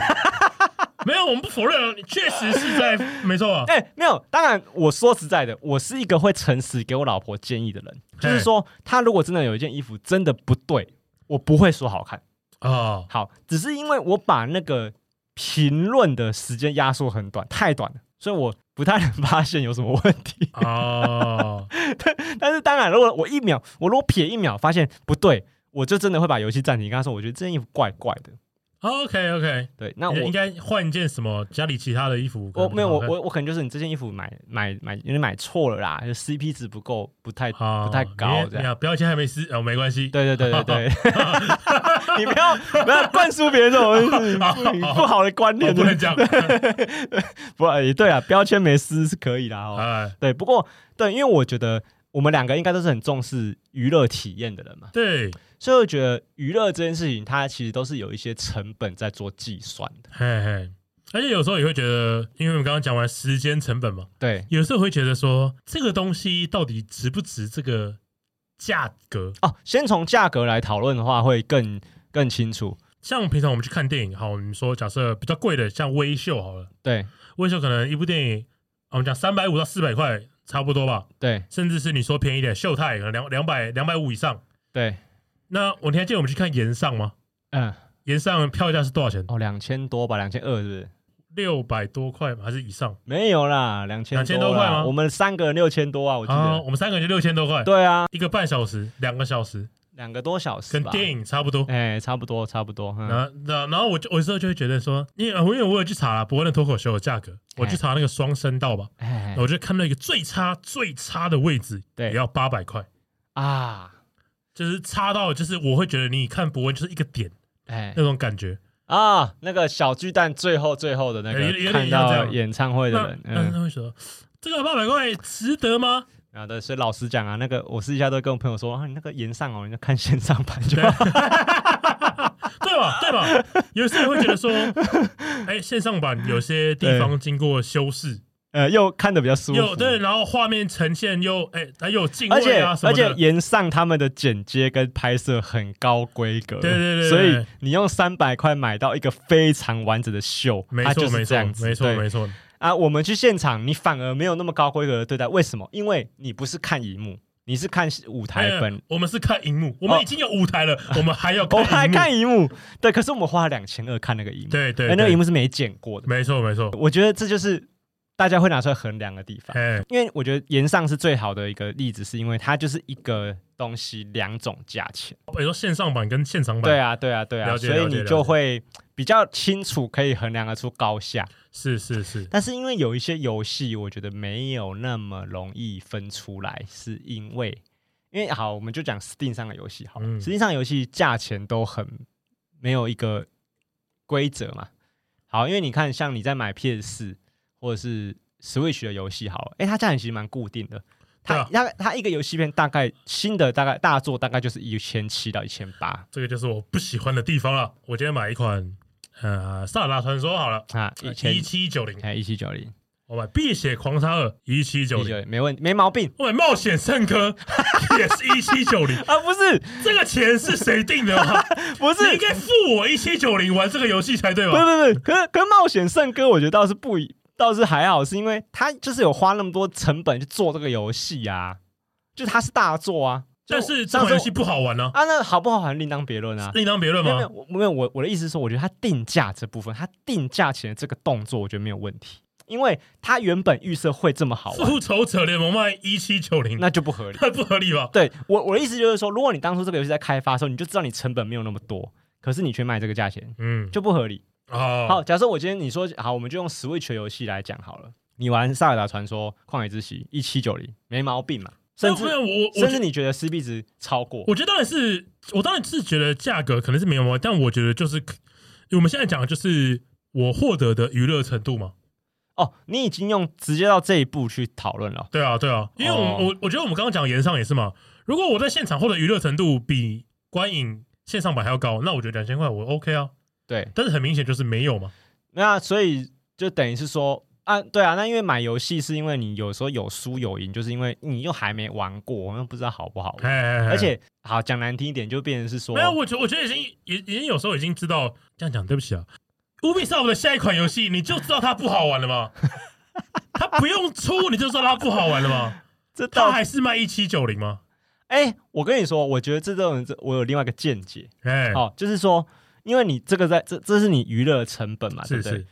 Speaker 1: 没有，我们不否认啊，你确实是在，没错啊。
Speaker 2: 哎、没有，当然，我说实在的，我是一个会诚实给我老婆建议的人，就是说，她如果真的有一件衣服真的不对，我不会说好看，
Speaker 1: 啊，
Speaker 2: 好，只是因为我把那个评论的时间压缩很短，太短了，所以我不太能发现有什么问题。
Speaker 1: 哦，
Speaker 2: 但是当然，如果我一秒，我如果撇一秒发现不对，我就真的会把游戏暂停，跟他说，我觉得这件衣服怪怪的。
Speaker 1: OK OK，
Speaker 2: 对，那我
Speaker 1: 你哎应该换一件什么家里其他的衣服。可
Speaker 2: 我
Speaker 1: 能比
Speaker 2: 没有，
Speaker 1: 较好
Speaker 2: 我
Speaker 1: 看
Speaker 2: 我我可能就是你这件衣服买买买，因为买错了啦，就 CP 值不够，不太
Speaker 1: 啊
Speaker 2: 不太高这
Speaker 1: 你
Speaker 2: 样。
Speaker 1: 看标签还没撕，哦，没关系。
Speaker 2: 对对对对 对，你不要不要灌输别人这种不不好的观
Speaker 1: 哦，
Speaker 2: 念，
Speaker 1: 不能这样。
Speaker 2: 不也对啊，标签没撕是可以啦哦。
Speaker 1: 哎，
Speaker 2: 对，不过对，因为我觉得我们两个应该都是很重视娱乐体验的人嘛，
Speaker 1: 对，
Speaker 2: 所以我觉得娱乐这件事情，它其实都是有一些成本在做计算的。
Speaker 1: 嘿嘿。而且有时候也会觉得，因为我们刚刚讲完时间成本嘛，
Speaker 2: 对，
Speaker 1: 有时候会觉得说，这个东西到底值不值这个价格？
Speaker 2: 哦，先从价格来讨论的话，会更更清楚。
Speaker 1: 像平常我们去看电影，好，我们说假设比较贵的，像微秀好了，
Speaker 2: 对
Speaker 1: 微秀可能一部电影，啊我们讲三百五到四百块，差不多吧，
Speaker 2: 对
Speaker 1: 甚至是你说便宜点，秀泰可能两两百两百五以上。
Speaker 2: 对，
Speaker 1: 那我你还记得我们去看岩上吗？
Speaker 2: 嗯，
Speaker 1: 岩上票价是多少钱？
Speaker 2: 哦，两千多吧，两千二是不是？
Speaker 1: 六百多块吗还是以上？
Speaker 2: 没有啦，两千
Speaker 1: 2000多块吗
Speaker 2: 我们三个人六千多啊，我记
Speaker 1: 啊，
Speaker 2: 得。
Speaker 1: 我们三个人就六千多块，
Speaker 2: 对啊，
Speaker 1: 一个半小时，两个小时，
Speaker 2: 两个多小时
Speaker 1: 跟
Speaker 2: 吧。
Speaker 1: 电影差不多。
Speaker 2: 哎，差不多，差不多。嗯
Speaker 1: 然后，然后然后我就我有时候就会觉得说，因为因为我有去查了伯恩的脱口秀的价格，我去查那个双声道吧，
Speaker 2: 哎
Speaker 1: 我就看到一个最差最差的位置，
Speaker 2: 对
Speaker 1: 也要八百块，
Speaker 2: 啊，
Speaker 1: 就是差到就是我会觉得你看伯恩就是一个点
Speaker 2: 哎
Speaker 1: 那种感觉。
Speaker 2: 啊，那个小巨蛋最后最后的那
Speaker 1: 哎有有
Speaker 2: 个
Speaker 1: 点
Speaker 2: 看
Speaker 1: 像这
Speaker 2: 到
Speaker 1: 样
Speaker 2: 演唱会的
Speaker 1: 那
Speaker 2: 人，
Speaker 1: 那
Speaker 2: 嗯，
Speaker 1: 那会说，这个八百块值得吗？
Speaker 2: 啊对，所以老实讲啊，那个我私底下都会跟我朋友说，啊，你那个演上哦，你要看 线上版就好。
Speaker 1: 对吧？对吧？有些人会觉得说，哎，线上版有些地方经过修饰，
Speaker 2: 呃，又看的比较舒服。
Speaker 1: 有对，然后画面呈现又哎，还有敬
Speaker 2: 而
Speaker 1: 畏
Speaker 2: 且
Speaker 1: 啊什么
Speaker 2: 而且
Speaker 1: 的。
Speaker 2: 岩上他们的剪接跟拍摄很高规格，
Speaker 1: 对对对对
Speaker 2: 所以你用三百块买到一个非常完整的秀，
Speaker 1: 没
Speaker 2: 它
Speaker 1: 错，
Speaker 2: 就是
Speaker 1: 没
Speaker 2: 这
Speaker 1: 错
Speaker 2: 样，子，
Speaker 1: 没错，
Speaker 2: 对
Speaker 1: 没错，
Speaker 2: 啊，我们去现场，你反而没有那么高规格的对待，为什么？因为你不是看荧幕，你是看舞台本。哦
Speaker 1: 哎我们是看荧幕，我们已经有舞台了，我们还要
Speaker 2: 我
Speaker 1: 看
Speaker 2: 们还
Speaker 1: 荧幕。
Speaker 2: 看荧幕，对，可是我们花了两千二看那个荧幕，
Speaker 1: 对对
Speaker 2: 哎那个
Speaker 1: 对
Speaker 2: 荧幕是没剪过的，
Speaker 1: 没错，没错。
Speaker 2: 我觉得这就是大家会拿出来衡量的地方。
Speaker 1: 哎，
Speaker 2: 因为我觉得岩上是最好的一个例子，是因为它就是一个东西两种价钱。
Speaker 1: 你说线上版跟现场版，
Speaker 2: 对，啊，对啊，对啊，
Speaker 1: 了解
Speaker 2: 所以
Speaker 1: 了解
Speaker 2: 你
Speaker 1: 了
Speaker 2: 就
Speaker 1: 解
Speaker 2: 会比较清楚，可以衡量得出高下。
Speaker 1: 是是是，
Speaker 2: 但是因为有一些游戏，我觉得没有那么容易分出来，是因为因为好，我们就讲 Steam 上的游戏好了
Speaker 1: 嗯
Speaker 2: Steam 上的游戏价钱都很没有一个规则嘛。好，因为你看，像你在买 PS 四或者是 Switch 的游戏，好了，哎、它价钱其实蛮固定的。
Speaker 1: 对
Speaker 2: 它
Speaker 1: 啊
Speaker 2: 它它一个游戏片大概新的大概大作大概就是一千七到一千八
Speaker 1: 这个就是我不喜欢的地方了。我今天买一款呃《萨尔达传说》好了，
Speaker 2: 啊，一千
Speaker 1: 一七九零，
Speaker 2: 哎一七九零
Speaker 1: 我买《碧血狂杀二》一七九
Speaker 2: 一
Speaker 1: 零，
Speaker 2: 九没问没毛病
Speaker 1: 我买《冒险圣歌》 也是一七九零。
Speaker 2: 啊，不是
Speaker 1: 这个钱是谁定的吗？
Speaker 2: 不 是
Speaker 1: 你应该付我一七九零玩这个游戏才对
Speaker 2: 不是
Speaker 1: 吧？
Speaker 2: 不是，可是可是冒险圣歌，我觉得倒是不一，倒是还好，是因为他就是有花那么多成本去做这个游戏啊，就它是大作啊。就
Speaker 1: 但是这
Speaker 2: 像
Speaker 1: 款
Speaker 2: 这
Speaker 1: 游
Speaker 2: 种
Speaker 1: 戏不好玩啊，
Speaker 2: 啊，那好不好玩另当别论啊。
Speaker 1: 另当别论
Speaker 2: 没有没有，
Speaker 1: 嘛。
Speaker 2: 我没有我我的意思是说，我觉得它定价这部分，它定价前的这个动作，我觉得没有问题，因为它原本预设会这么好玩，
Speaker 1: 复仇者联盟卖一七九零，
Speaker 2: 那就不合理。
Speaker 1: 那 不合理吧？
Speaker 2: 对我我的意思就是说，如果你当初这个游戏在开发的时候，你就知道你成本没有那么多，可是你却卖这个价钱，
Speaker 1: 嗯，
Speaker 2: 就不合理。
Speaker 1: 哦，
Speaker 2: 好，假设我今天你说好，我们就用 Switch 的游戏来讲好了。你玩《萨尔达传说：旷野之息》一七九零，没毛病嘛？甚至
Speaker 1: 那我我
Speaker 2: 甚至你觉得 CP 值超过？
Speaker 1: 我觉得当然是，我当然是觉得价格可能是没有毛病，但我觉得就是可我们现在讲的就是我获得的娱乐程度嘛。
Speaker 2: 哦，你已经用直接到这一步去讨论了。
Speaker 1: 对啊，对啊，因为我们、
Speaker 2: 哦
Speaker 1: 我我觉得我们刚刚讲言上也是嘛。如果我在现场获得娱乐程度比观影线上版还要高，那我觉得两千块我 OK 啊。
Speaker 2: 对，
Speaker 1: 但是很明显就是没有嘛。
Speaker 2: 那所以就等于是说啊，对啊，那因为买游戏是因为你有时候有输有赢，就是因为你又还没玩过，又不知道好不好
Speaker 1: 哎
Speaker 2: 玩。
Speaker 1: 哎，哎
Speaker 2: 而且好讲难听一点，就变成是说
Speaker 1: 没有，我觉我觉得已经也已经有时候已经知道这样讲，对不起啊。Ubisoft 的下一款游戏，你就知道它不好玩了嘛。 它不用出，你就知道它不好玩了嘛。
Speaker 2: 这
Speaker 1: 它
Speaker 2: 到
Speaker 1: 还是卖一七九零吗？
Speaker 2: 哎、我跟你说，我觉得这种这我有另外一个见解。
Speaker 1: 哎，
Speaker 2: 哦，就是说，因为你这个在这这是你娱乐的成本嘛，
Speaker 1: 是
Speaker 2: 对不对
Speaker 1: 是？，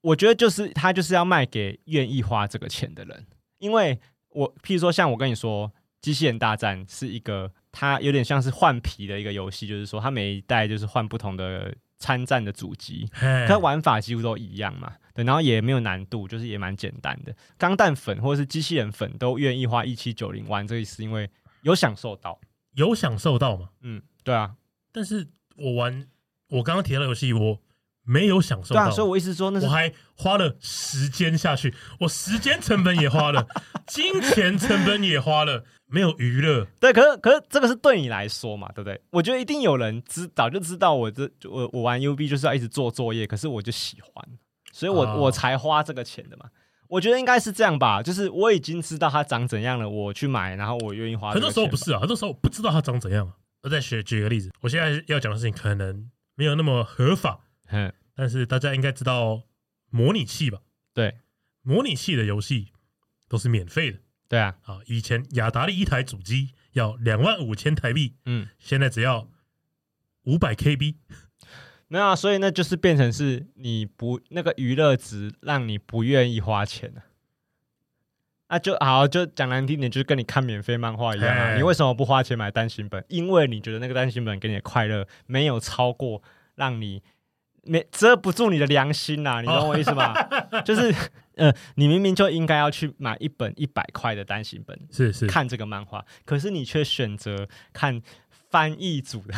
Speaker 2: 我觉得就是他就是要卖给愿意花这个钱的人，因为我譬如说像我跟你说，《机器人大战》是一个它有点像是换皮的一个游戏，就是说它每一代就是换不同的参战的主机，
Speaker 1: 哎
Speaker 2: 它玩法几乎都一样嘛。对，然后也没有难度，就是也蛮简单的。钢弹粉或者是机器人粉都愿意花一七九零玩，这个是因为有享受到。
Speaker 1: 有享受到嘛？
Speaker 2: 嗯，对啊，
Speaker 1: 但是我玩我刚刚提到的游戏，我没有享受
Speaker 2: 对
Speaker 1: 到，
Speaker 2: 啊，所以我意思说那是
Speaker 1: 我还花了时间下去，我时间成本也花 了，金钱成本也花了，没有娱乐，
Speaker 2: 对，可是可是这个是对你来说嘛，对不对？我觉得一定有人知早就知道我这我我玩 UB 就是要一直做作业，可是我就喜欢，所以我、
Speaker 1: 啊
Speaker 2: 我才花这个钱的嘛。我觉得应该是这样吧，就是我已经知道它长怎样了，我去买，然后我愿意花
Speaker 1: 很
Speaker 2: 这个
Speaker 1: 多
Speaker 2: 钱吧。
Speaker 1: 时候不是啊，很多时候我不知道它长怎样啊。我再举举个例子，我现在要讲的事情可能没有那么合法，
Speaker 2: 嗯，
Speaker 1: 但是大家应该知道模拟器吧？
Speaker 2: 对，
Speaker 1: 模拟器的游戏都是免费的，
Speaker 2: 对啊，
Speaker 1: 啊，以前雅达利一台主机要两万五千台币，
Speaker 2: 嗯，
Speaker 1: 现在只要五百 KB。
Speaker 2: 没有啊，所以那就是变成是你不那个娱乐值让你不愿意花钱啊。啊就好，就讲难听点，就是跟你看免费漫画一样啊。
Speaker 1: 哎
Speaker 2: 你为什么不花钱买单行本？因为你觉得那个单行本给你的快乐没有超过让你没遮不住你的良心
Speaker 1: 哦
Speaker 2: 呐、你懂我意思 吗？就是呃，你明明就应该要去买一本一百块的单行本，
Speaker 1: 是是，
Speaker 2: 看这个漫画，可是你却选择看翻译组的，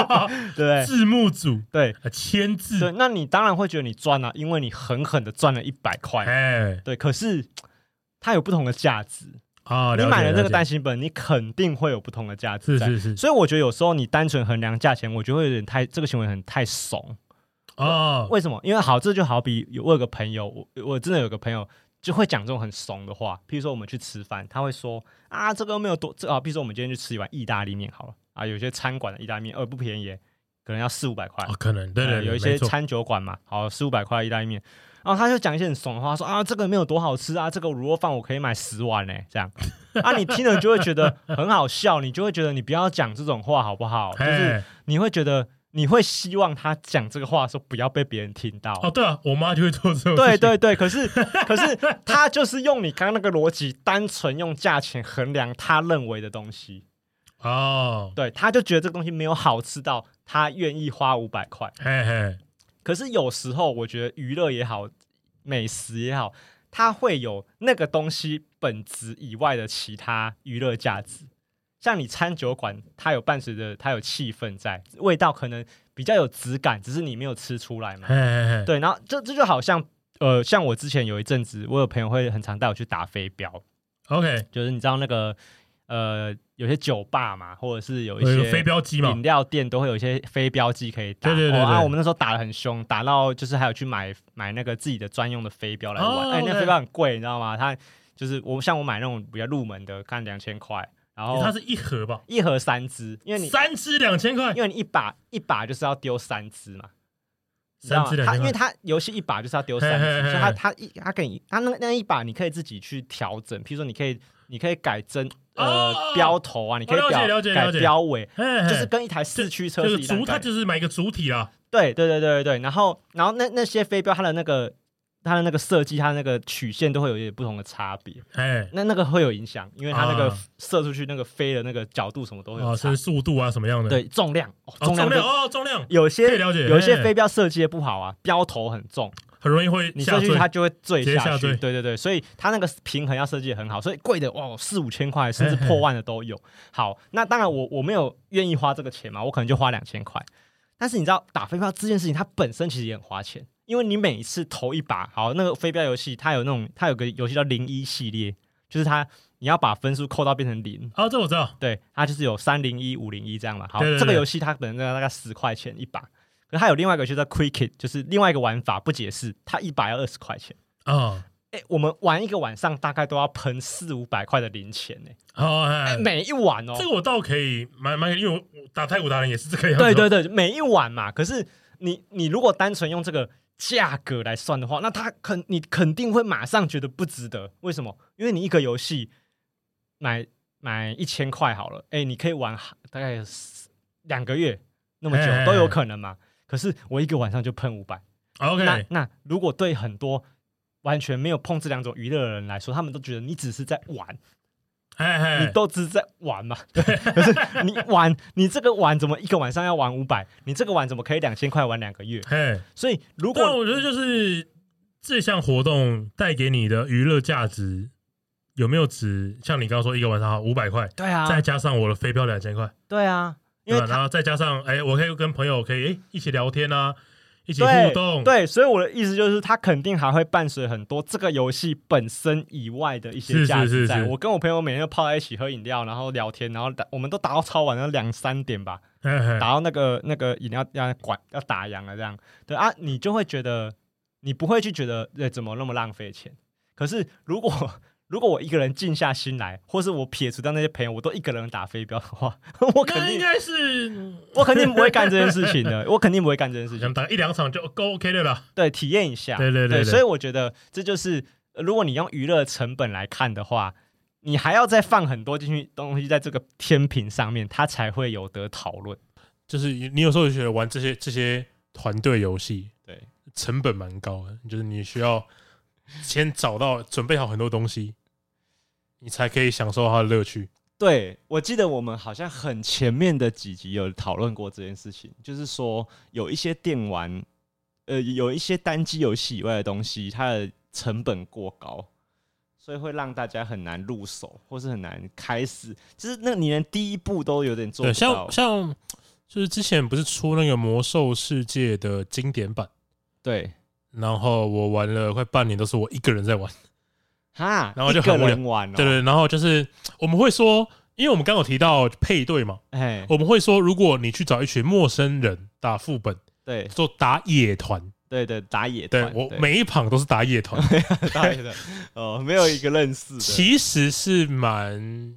Speaker 2: 对不对？
Speaker 1: 字幕组
Speaker 2: 对，
Speaker 1: 啊，签
Speaker 2: 哎对，
Speaker 1: 字，
Speaker 2: 那你当然会觉得你赚了、啊因为你狠狠的赚了一百块。
Speaker 1: 哎
Speaker 2: 对，可是它有不同的价值。
Speaker 1: 啊，
Speaker 2: 你
Speaker 1: 解
Speaker 2: 买了这个
Speaker 1: 解
Speaker 2: 单行本，你肯定会有不同的价值
Speaker 1: 是
Speaker 2: 在。
Speaker 1: 是是
Speaker 2: 所以我觉得有时候你单纯衡量价钱，我觉得会有点太这个行为很太怂。
Speaker 1: 哦，
Speaker 2: 为什么？因为好，这就好比有我有个朋友，我我真的有个朋友就会讲这种很怂的话，譬如说我们去吃饭，他会说啊，这个又没有多这啊，譬如说我们今天去吃一碗意大利面好了啊，有些餐馆的意大利面呃不便宜耶，可能要四五百块
Speaker 1: 哦，可能对
Speaker 2: 呃
Speaker 1: 对，对
Speaker 2: 有一
Speaker 1: 没
Speaker 2: 些
Speaker 1: 错
Speaker 2: 餐酒馆嘛，好四五百块意大利面，然后他就讲一些很怂的话，说啊这个没有多好吃啊，这个卤肉饭我可以买十碗呢、这样啊你听了就会觉得很好笑，你就会觉得你不要讲这种话好不好？就是
Speaker 1: 哎
Speaker 2: 你会觉得你会希望他讲这个话说不要被别人听到。
Speaker 1: 哦，对啊，我妈就会做这种事情，
Speaker 2: 对对对，可是可是他就是用你刚刚那个逻辑，单纯用价钱衡量他认为的东西，
Speaker 1: 哦，
Speaker 2: 对，他就觉得这个东西没有好吃到他愿意花五百块。
Speaker 1: 嘿嘿，
Speaker 2: 可是有时候我觉得娱乐也好，美食也好，它会有那个东西本质以外的其他娱乐价值。像你餐酒馆，它有伴随着它有气氛在，味道可能比较有质感，只是你没有吃出来嘛
Speaker 1: 嘿。嘿嘿，
Speaker 2: 对，然后这这就好像呃，像我之前有一阵子，我有朋友会很常带我去打飞镖，
Speaker 1: ，OK，
Speaker 2: 就是你知道那个呃，有些酒吧嘛，或者是有一
Speaker 1: 有一
Speaker 2: 些
Speaker 1: 个飞镖机嘛
Speaker 2: 饮，料店都会有一些飞镖机可以打。
Speaker 1: 对对对
Speaker 2: 哦啊，
Speaker 1: 对
Speaker 2: 我们那时候打的很凶，打到就是还有去买买那个自己的专用的飞镖来玩。
Speaker 1: 哦
Speaker 2: 哎、那
Speaker 1: 对
Speaker 2: 飞镖很贵，你知道吗？它就是我像我买那种比较入门的，看两千块，然后
Speaker 1: 它是一盒吧，
Speaker 2: 一盒三支，因为你
Speaker 1: 三支两千块
Speaker 2: 因，为你一把一把就是要丢三支嘛。你知
Speaker 1: 三
Speaker 2: 道吗
Speaker 1: 支两
Speaker 2: 它
Speaker 1: 千
Speaker 2: 因为
Speaker 1: 块，
Speaker 2: 它游戏一把就是要丢
Speaker 1: 嘿
Speaker 2: 三
Speaker 1: 嘿
Speaker 2: 支，
Speaker 1: 嘿
Speaker 2: 所以它它一它给你它那那一把你可以自己去调整，譬如说你可以你可以改针呃
Speaker 1: 哦
Speaker 2: 标头啊，你可以
Speaker 1: 哦了解
Speaker 2: 表
Speaker 1: 了解
Speaker 2: 改
Speaker 1: 了解
Speaker 2: 标尾，
Speaker 1: 嘿
Speaker 2: 就是
Speaker 1: 嘿，
Speaker 2: 跟一台四驱车
Speaker 1: 就是
Speaker 2: 一样
Speaker 1: 主，它
Speaker 2: 概念
Speaker 1: 就是买一个主体啦，
Speaker 2: 对对对对对对，然后然后那那些飞镖它的那个它的那个设计，它的那个曲线都会有一点不同的差别，
Speaker 1: 哎，
Speaker 2: 那那个会有影响，因为它那个
Speaker 1: 啊
Speaker 2: 射出去那个飞的那个角度什么都会有
Speaker 1: 哦，
Speaker 2: 差，
Speaker 1: 是速度啊什么样的，
Speaker 2: 对重量哦
Speaker 1: 哦，重量
Speaker 2: 就
Speaker 1: 哦，重量
Speaker 2: 有
Speaker 1: 可
Speaker 2: 些
Speaker 1: 以了解
Speaker 2: 有一些
Speaker 1: 嘿
Speaker 2: 飞镖设计的不好啊，镖头很重，
Speaker 1: 很容易会
Speaker 2: 你
Speaker 1: 下
Speaker 2: 射进去
Speaker 1: 坠，
Speaker 2: 它就会坠
Speaker 1: 直接下
Speaker 2: 去。
Speaker 1: 坠
Speaker 2: 对对对，所以它那个平衡要设计得很好，所以贵的哦四五千块甚至
Speaker 1: 嘿嘿
Speaker 2: 破万的都有。好，那当然我我没有愿意花这个钱嘛，我可能就花两千块。但是你知道打飞镖这件事情，它本身其实也很花钱，因为你每一次投一把，好那个飞镖游戏它有那种它有个游戏叫零一系列，就是它你要把分数扣到变成零。
Speaker 1: 啊，这我知道，
Speaker 2: 对，它就是有三零一、五零一这样嘛。好，
Speaker 1: 对对对
Speaker 2: 这个游戏它本身大概十块钱一把，可是它有另外一个游戏叫 Quick It，就是另外一个玩法不解释，它一把要二十块钱。
Speaker 1: 哦，
Speaker 2: 哎，我们玩一个晚上大概都要喷四五百块的零钱呢、
Speaker 1: 好，哎
Speaker 2: 哎，每一晚哦。
Speaker 1: 这个我倒可以蛮蛮，因为我我打太古达人也是这个样子嘛，
Speaker 2: 对对对，每一晚嘛。可是你你如果单纯用这个价格来算的话，那它肯你肯定会马上觉得不值得。为什么？因为你一个游戏买买一千块好了，哎，你可以玩大概有四两个月那么久
Speaker 1: 哎哎哎
Speaker 2: 都有可能嘛。可是我一个晚上就喷五百，那
Speaker 1: ，OK，
Speaker 2: 那如果对很多完全没有碰这两种娱乐的人来说，他们都觉得你只是在玩，
Speaker 1: 哎哎，
Speaker 2: 你都只是在玩嘛。 对，可是你玩，你这个玩怎么一个晚上要玩五百？你这个玩怎么可以两千块玩两个月？
Speaker 1: 嘿，
Speaker 2: 所以如
Speaker 1: 但
Speaker 2: 果
Speaker 1: 我觉得就是这项活动带给你的娱乐价值有没有值？像你刚刚说一个晚上五百块，
Speaker 2: 对啊，
Speaker 1: 再加上我的飞镖两千块，
Speaker 2: 对啊，因
Speaker 1: 对
Speaker 2: 为
Speaker 1: 吧？
Speaker 2: 他
Speaker 1: 然后再加上哎，我可以跟朋友可以哎一起聊天啊，一起
Speaker 2: 对
Speaker 1: 互动，
Speaker 2: 对，所以我的意思就是，它肯定还会伴随很多这个游戏本身以外的一些
Speaker 1: 是
Speaker 2: 价
Speaker 1: 是
Speaker 2: 值
Speaker 1: 是
Speaker 2: 在。
Speaker 1: 是
Speaker 2: 我跟我朋友每天都泡在一起喝饮料，然后聊天，然后打我们都打到超晚，然后两三点吧。
Speaker 1: 嘿嘿
Speaker 2: 打到那个那个饮料要管要打烊了这样，对啊，你就会觉得你不会去觉得呃怎么那么浪费钱。可是如果 如果我一个人静下心来，或是我撇除掉那些朋友，我都一个人打飞镖的话， 我肯
Speaker 1: 那应
Speaker 2: 定
Speaker 1: 该是
Speaker 2: 我肯定不会干这件事情的， 我肯定不会干这件事情
Speaker 1: 想。打一两场就够 OK 的啦。
Speaker 2: 对，体验一下，
Speaker 1: 对对对对
Speaker 2: 所以我觉得这就是呃如果你用娱乐成本来看的话，你还要再放很多进去东西在这个天平上面，它才会有得讨论。
Speaker 1: 就是你有时候也觉得玩这些这些团队游戏，
Speaker 2: 对，
Speaker 1: 成本蛮高的，就是你需要先找到准备好很多东西，你才可以享受它的乐趣。
Speaker 2: 对，我记得我们好像很前面的几集有讨论过这件事情，就是说有一些电玩，呃，有一些单机游戏以外的东西，它的成本过高，所以会让大家很难入手，或是很难开始，就是那你连第一步都有点做
Speaker 1: 对，
Speaker 2: 不到
Speaker 1: 像。像就是之前不是出那个《魔兽世界》的经典版，
Speaker 2: 对，
Speaker 1: 然后我玩了快半年，都是我一个人在玩。
Speaker 2: 哈，
Speaker 1: 然后就
Speaker 2: 一个
Speaker 1: 很无聊
Speaker 2: 人玩、哦，
Speaker 1: 对，对，然后就是我们会说，因为我们刚刚有提到配对嘛，
Speaker 2: 哎，
Speaker 1: 我们会说，如果你去找一群陌生人打副本，
Speaker 2: 对
Speaker 1: 做打野团，
Speaker 2: 对对，打野
Speaker 1: 对
Speaker 2: 团，
Speaker 1: 我
Speaker 2: 对
Speaker 1: 每一旁都是打野 团，
Speaker 2: 打野的，哦，没有一个认识的，
Speaker 1: 其实是蛮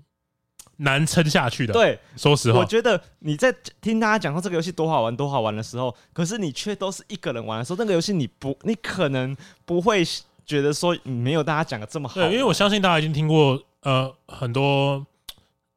Speaker 1: 难撑下去的。，
Speaker 2: 对，
Speaker 1: 说实
Speaker 2: 我
Speaker 1: 话，
Speaker 2: 觉得你在听大家讲说这个游戏多好玩多好玩的时候，可是你却都是一个人玩的时候，那个游戏你不，你可能不会觉得说嗯没有大家讲的这么好
Speaker 1: 对，
Speaker 2: 玩。
Speaker 1: 因为我相信大家已经听过，呃，很多。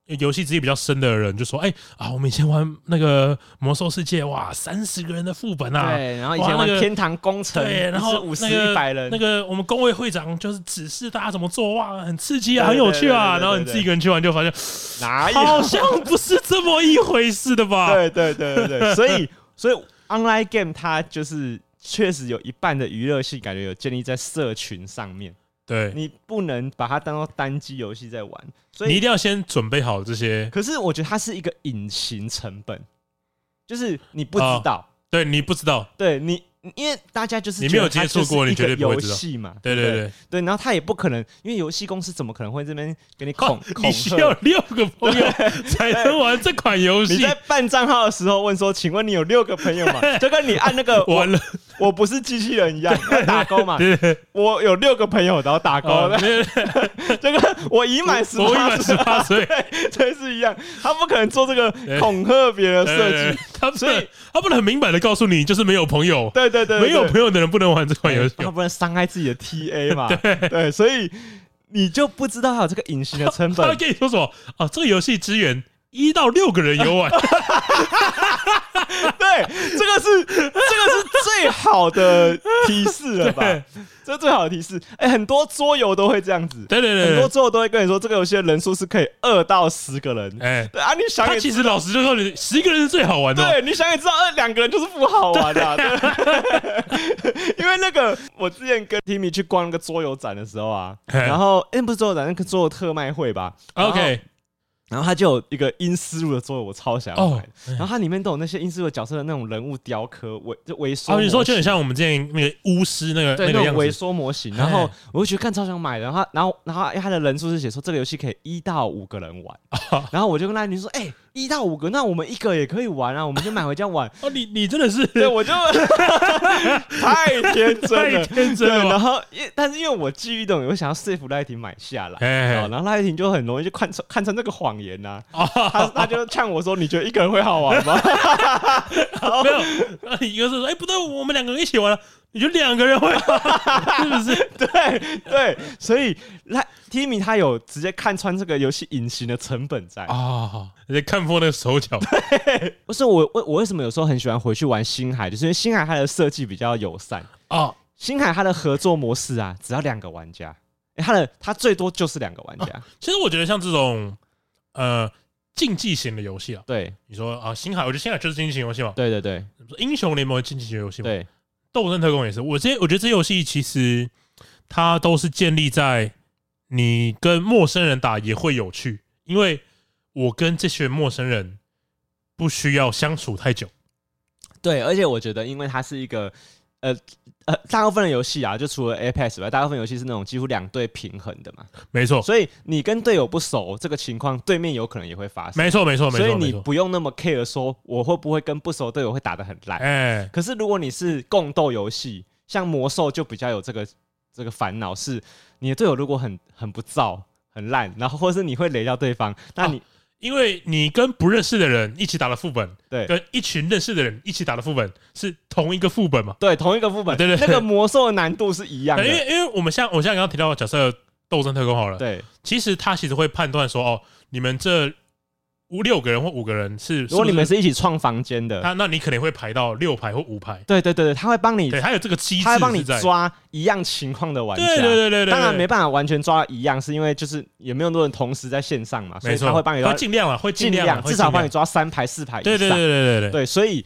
Speaker 1: 游戏资历比较深的人就说：“哎、啊，我们以前玩那个魔兽世界，哇，三十个人的副本啊，
Speaker 2: 对，然后以前
Speaker 1: 哇
Speaker 2: 玩
Speaker 1: 那个
Speaker 2: 天堂工程，
Speaker 1: 对，然后
Speaker 2: 五十
Speaker 1: 那个
Speaker 2: 一百人，
Speaker 1: 那个我们工会会长就是指示大家怎么做，哇，很刺激啊，
Speaker 2: 对
Speaker 1: 很有趣啊。
Speaker 2: 对对对对
Speaker 1: 然后你自己一个人去玩，就发 现
Speaker 2: 哪
Speaker 1: 好
Speaker 2: 有？
Speaker 1: 像不是这么一回事的吧？
Speaker 2: 对对对对对，所以所以 online game 它就是确实有一半的娱乐性，感觉有建立在社群上面，
Speaker 1: 对，
Speaker 2: 你不能把它当做单机游戏在玩，所以
Speaker 1: 你一定要先准备好这些，
Speaker 2: 可是我觉得它是一个隐形成本，就是你不知
Speaker 1: 哦
Speaker 2: 道，
Speaker 1: 对你不知道，
Speaker 2: 对你，因为大家就是
Speaker 1: 你
Speaker 2: 觉
Speaker 1: 没有
Speaker 2: 得它
Speaker 1: 接触
Speaker 2: 就是
Speaker 1: 过你
Speaker 2: 一
Speaker 1: 绝
Speaker 2: 个
Speaker 1: 对不会
Speaker 2: 游
Speaker 1: 知道
Speaker 2: 戏嘛，
Speaker 1: 对
Speaker 2: 对
Speaker 1: 对
Speaker 2: 不
Speaker 1: 对，
Speaker 2: 对，然后他也不可能，因为游戏公司怎么可能会这边 给你 恐、恐
Speaker 1: 哦你需要
Speaker 2: 吓？
Speaker 1: 六个朋友 才能玩这款游
Speaker 2: 你
Speaker 1: 戏。
Speaker 2: 在办账号的时候问说：“请问你有六个朋友吗？”就跟你按那 个我
Speaker 1: 完了，
Speaker 2: 我不是机器人一样要打勾 嘛。
Speaker 1: 对对对
Speaker 2: 我有六个朋友，然后打勾，
Speaker 1: 哦，对对对
Speaker 2: 这个我已满十
Speaker 1: 我已
Speaker 2: 八
Speaker 1: 满
Speaker 2: 岁
Speaker 1: 十，八 岁，
Speaker 2: 这是一样。他不可能做这个
Speaker 1: 对
Speaker 2: 恐吓别人的
Speaker 1: 对对
Speaker 2: 设
Speaker 1: 对
Speaker 2: 计。
Speaker 1: 他不
Speaker 2: 所
Speaker 1: 能
Speaker 2: 以，
Speaker 1: 他不能很明白的告诉你，就是没有朋友，
Speaker 2: 对对对，对
Speaker 1: 没有
Speaker 2: 对
Speaker 1: 朋友的人不能玩这款游戏。
Speaker 2: 他不能伤害自己的 TA 嘛。对所以你就不知道还有这个隐形的成
Speaker 1: 他会
Speaker 2: 本。
Speaker 1: 跟你说什么？哦，这个游戏支援一到六个人游 玩，
Speaker 2: 对，这个是这个是最好的提示 了吧？这是最好的提示。哎、很多桌游都会这样子，
Speaker 1: 对对
Speaker 2: 很多
Speaker 1: 对对，
Speaker 2: 桌游都会跟你说这个游戏的人数是可以二到十个人。
Speaker 1: 哎，
Speaker 2: 对啊，你想
Speaker 1: 他
Speaker 2: 也
Speaker 1: 其实老实就说，你十个人是最好玩的哦。
Speaker 2: 对，你想也知道，呃，两个人就是不 好玩的、啊。对 因为那个我之前跟 Timmy 去逛那个桌游展的时候啊，
Speaker 1: 嘿
Speaker 2: 然后哎、不是桌游展，那个桌游特卖会吧然后
Speaker 1: OK，
Speaker 2: 然后它就有一个阴丝路的桌游，我超想要买的
Speaker 1: 哦
Speaker 2: 然后它里面都有那些阴丝路的角色的那种人物雕刻，微就微缩
Speaker 1: 哦，
Speaker 2: 模型。
Speaker 1: 你说就很像我们之前那个巫师那个
Speaker 2: 对
Speaker 1: 个
Speaker 2: 那种
Speaker 1: 样
Speaker 2: 微
Speaker 1: 子，
Speaker 2: 缩模型，
Speaker 1: 嘿
Speaker 2: 然后我就觉得看超想买的，然后它然后然后它的人数是写说这个游戏可以一到五个人 玩，然后我就跟那女说，哎、一到五个，那我们一个也可以玩啊，我们就买回 家玩。
Speaker 1: 哦，你你真的是
Speaker 2: 对，我就太天真
Speaker 1: 太
Speaker 2: 了。
Speaker 1: 天真
Speaker 2: 对，
Speaker 1: 了
Speaker 2: 然
Speaker 1: 吧。
Speaker 2: 后因但是因为我记忆懂，我想要说服赖婷买下来，
Speaker 1: 哎
Speaker 2: 哦然后赖婷就很容易就看成看成这个谎言呐、
Speaker 1: 哦
Speaker 2: 他他就呛我说：“你觉得一个人会好玩吗
Speaker 1: 没有，那你一个是说，哎，不对，我们两个人一起玩了，你就两个人 会玩，是不是？”
Speaker 2: 对对，所以赖 Timmy 他有直接看穿这个游戏隐形的成本在。哦
Speaker 1: 啊，人家看破那个手脚，
Speaker 2: 不是我为我为什么有时候很喜欢回去玩星海，就是因为星海它的设计比较友善。
Speaker 1: 哦，
Speaker 2: 星海它的合作模式啊，只要两个玩家，诶它的它最多就是两个玩家。
Speaker 1: 其实我觉得像这种呃竞技型的游戏啊，
Speaker 2: 对
Speaker 1: 你说啊，星海，我觉得星海就是竞技型游戏嘛，
Speaker 2: 对对对
Speaker 1: 英雄联盟的竞技型游戏嘛，
Speaker 2: 对
Speaker 1: 斗争特工也是。我这我觉得这些游戏其实它都是建立在你跟陌生人打也会有趣，因为我跟这群陌生人不需要相处太久。
Speaker 2: 对，而且我觉得，因为它是一个呃呃，大部分的游戏啊，就除了 Apex 以外，大部分游戏是那种几乎两队平衡的嘛，
Speaker 1: 没错，
Speaker 2: 所以你跟队友不熟，这个情况对面有可能也会发生。
Speaker 1: 没错，没错，没
Speaker 2: 所以
Speaker 1: 错，没
Speaker 2: 你
Speaker 1: 错。
Speaker 2: 不用那么 care 说我会不会跟不熟队友会打得很烂。
Speaker 1: 哎，
Speaker 2: 可是如果你是共斗游戏，像魔兽就比较有这个这个烦恼，是你的队友如果很很不燥、很烂，然后或是你会雷到对方，
Speaker 1: 哦
Speaker 2: 那你、
Speaker 1: 因为你跟不认识的人一起打的副本，
Speaker 2: 对
Speaker 1: 跟一群认识的人一起打的副本是同一个副本嘛？
Speaker 2: 对同一个副本，
Speaker 1: 对对对
Speaker 2: 那个魔兽的难度是一样
Speaker 1: 因
Speaker 2: 的，
Speaker 1: 为因为我们像我像刚刚提到，假设斗争特工好了，
Speaker 2: 对，
Speaker 1: 其实他其实会判断说，哦，你们这五六个人或五个人是，
Speaker 2: 如果你们
Speaker 1: 是
Speaker 2: 是一起创房间
Speaker 1: 不是
Speaker 2: 的，
Speaker 1: 他， 那你可能会排到六排或五排，
Speaker 2: 对对对对，他会帮你
Speaker 1: 对，，他有这个机制，
Speaker 2: 他会帮你
Speaker 1: 在，
Speaker 2: 抓一样情况的玩家。
Speaker 1: 对对对对对，对
Speaker 2: 当然没办法完全抓到一样，是因为就是也没有那么多人同时在线上嘛，所
Speaker 1: 没
Speaker 2: 以
Speaker 1: 错，
Speaker 2: 他会帮你抓
Speaker 1: 他尽量了，会
Speaker 2: 尽
Speaker 1: 量啦，会
Speaker 2: 至
Speaker 1: 尽
Speaker 2: 少
Speaker 1: 量
Speaker 2: 帮你抓三排四排以上。
Speaker 1: 对对对对对对，
Speaker 2: 对所以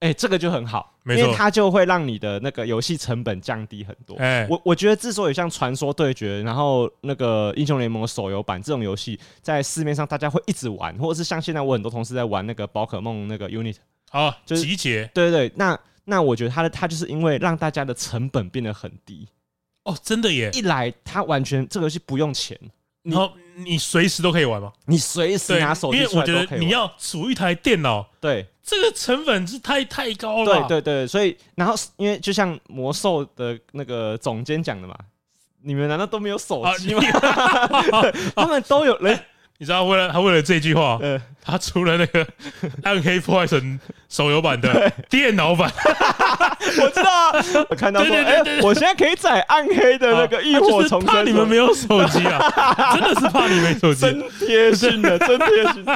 Speaker 2: 哎、这个就很好，
Speaker 1: 没
Speaker 2: 因为
Speaker 1: 错
Speaker 2: 它就会让你的那个游戏成本降低很多。
Speaker 1: 哎，
Speaker 2: 我我觉得之所以像《传说对决》，然后那个《英雄联盟》手游版这种游戏，在市面上大家会一直玩，或者是像现在我很多同事在玩那个宝可梦那个 Unit，
Speaker 1: 好，
Speaker 2: 就是
Speaker 1: 集结
Speaker 2: 对对对，那那我觉得它的它就是因为让大家的成本变得很低，
Speaker 1: 哦，真的耶，
Speaker 2: 一来它完全这个游戏不用钱，你
Speaker 1: 然后你随时都可以玩嘛，
Speaker 2: 你随时
Speaker 1: 对
Speaker 2: 拿手，
Speaker 1: 因
Speaker 2: 机
Speaker 1: 为
Speaker 2: 出
Speaker 1: 我
Speaker 2: 来
Speaker 1: 觉
Speaker 2: 都可
Speaker 1: 得
Speaker 2: 以玩
Speaker 1: 你要组一台电脑，
Speaker 2: 对
Speaker 1: 这个成本是太太高了
Speaker 2: 对
Speaker 1: 吧，
Speaker 2: 对对，所以然后因为就像魔兽的那个总监讲的嘛，你们难道都没有手
Speaker 1: 啊，
Speaker 2: 机
Speaker 1: 你哎
Speaker 2: 吗？他们都有人，
Speaker 1: 你知道为了他为了这句话，
Speaker 2: 呃，
Speaker 1: 他出了那个《暗黑破坏神》手游版的电脑版，
Speaker 2: 我知道啊， 我看到说，
Speaker 1: 对对对
Speaker 2: 哎
Speaker 1: 对，啊
Speaker 2: 我现在可以载暗黑的那个浴火重
Speaker 1: 他就是怕
Speaker 2: 生，
Speaker 1: 你们没有手机啊， 真的是怕你没 手机。
Speaker 2: 真贴 心的，真贴心。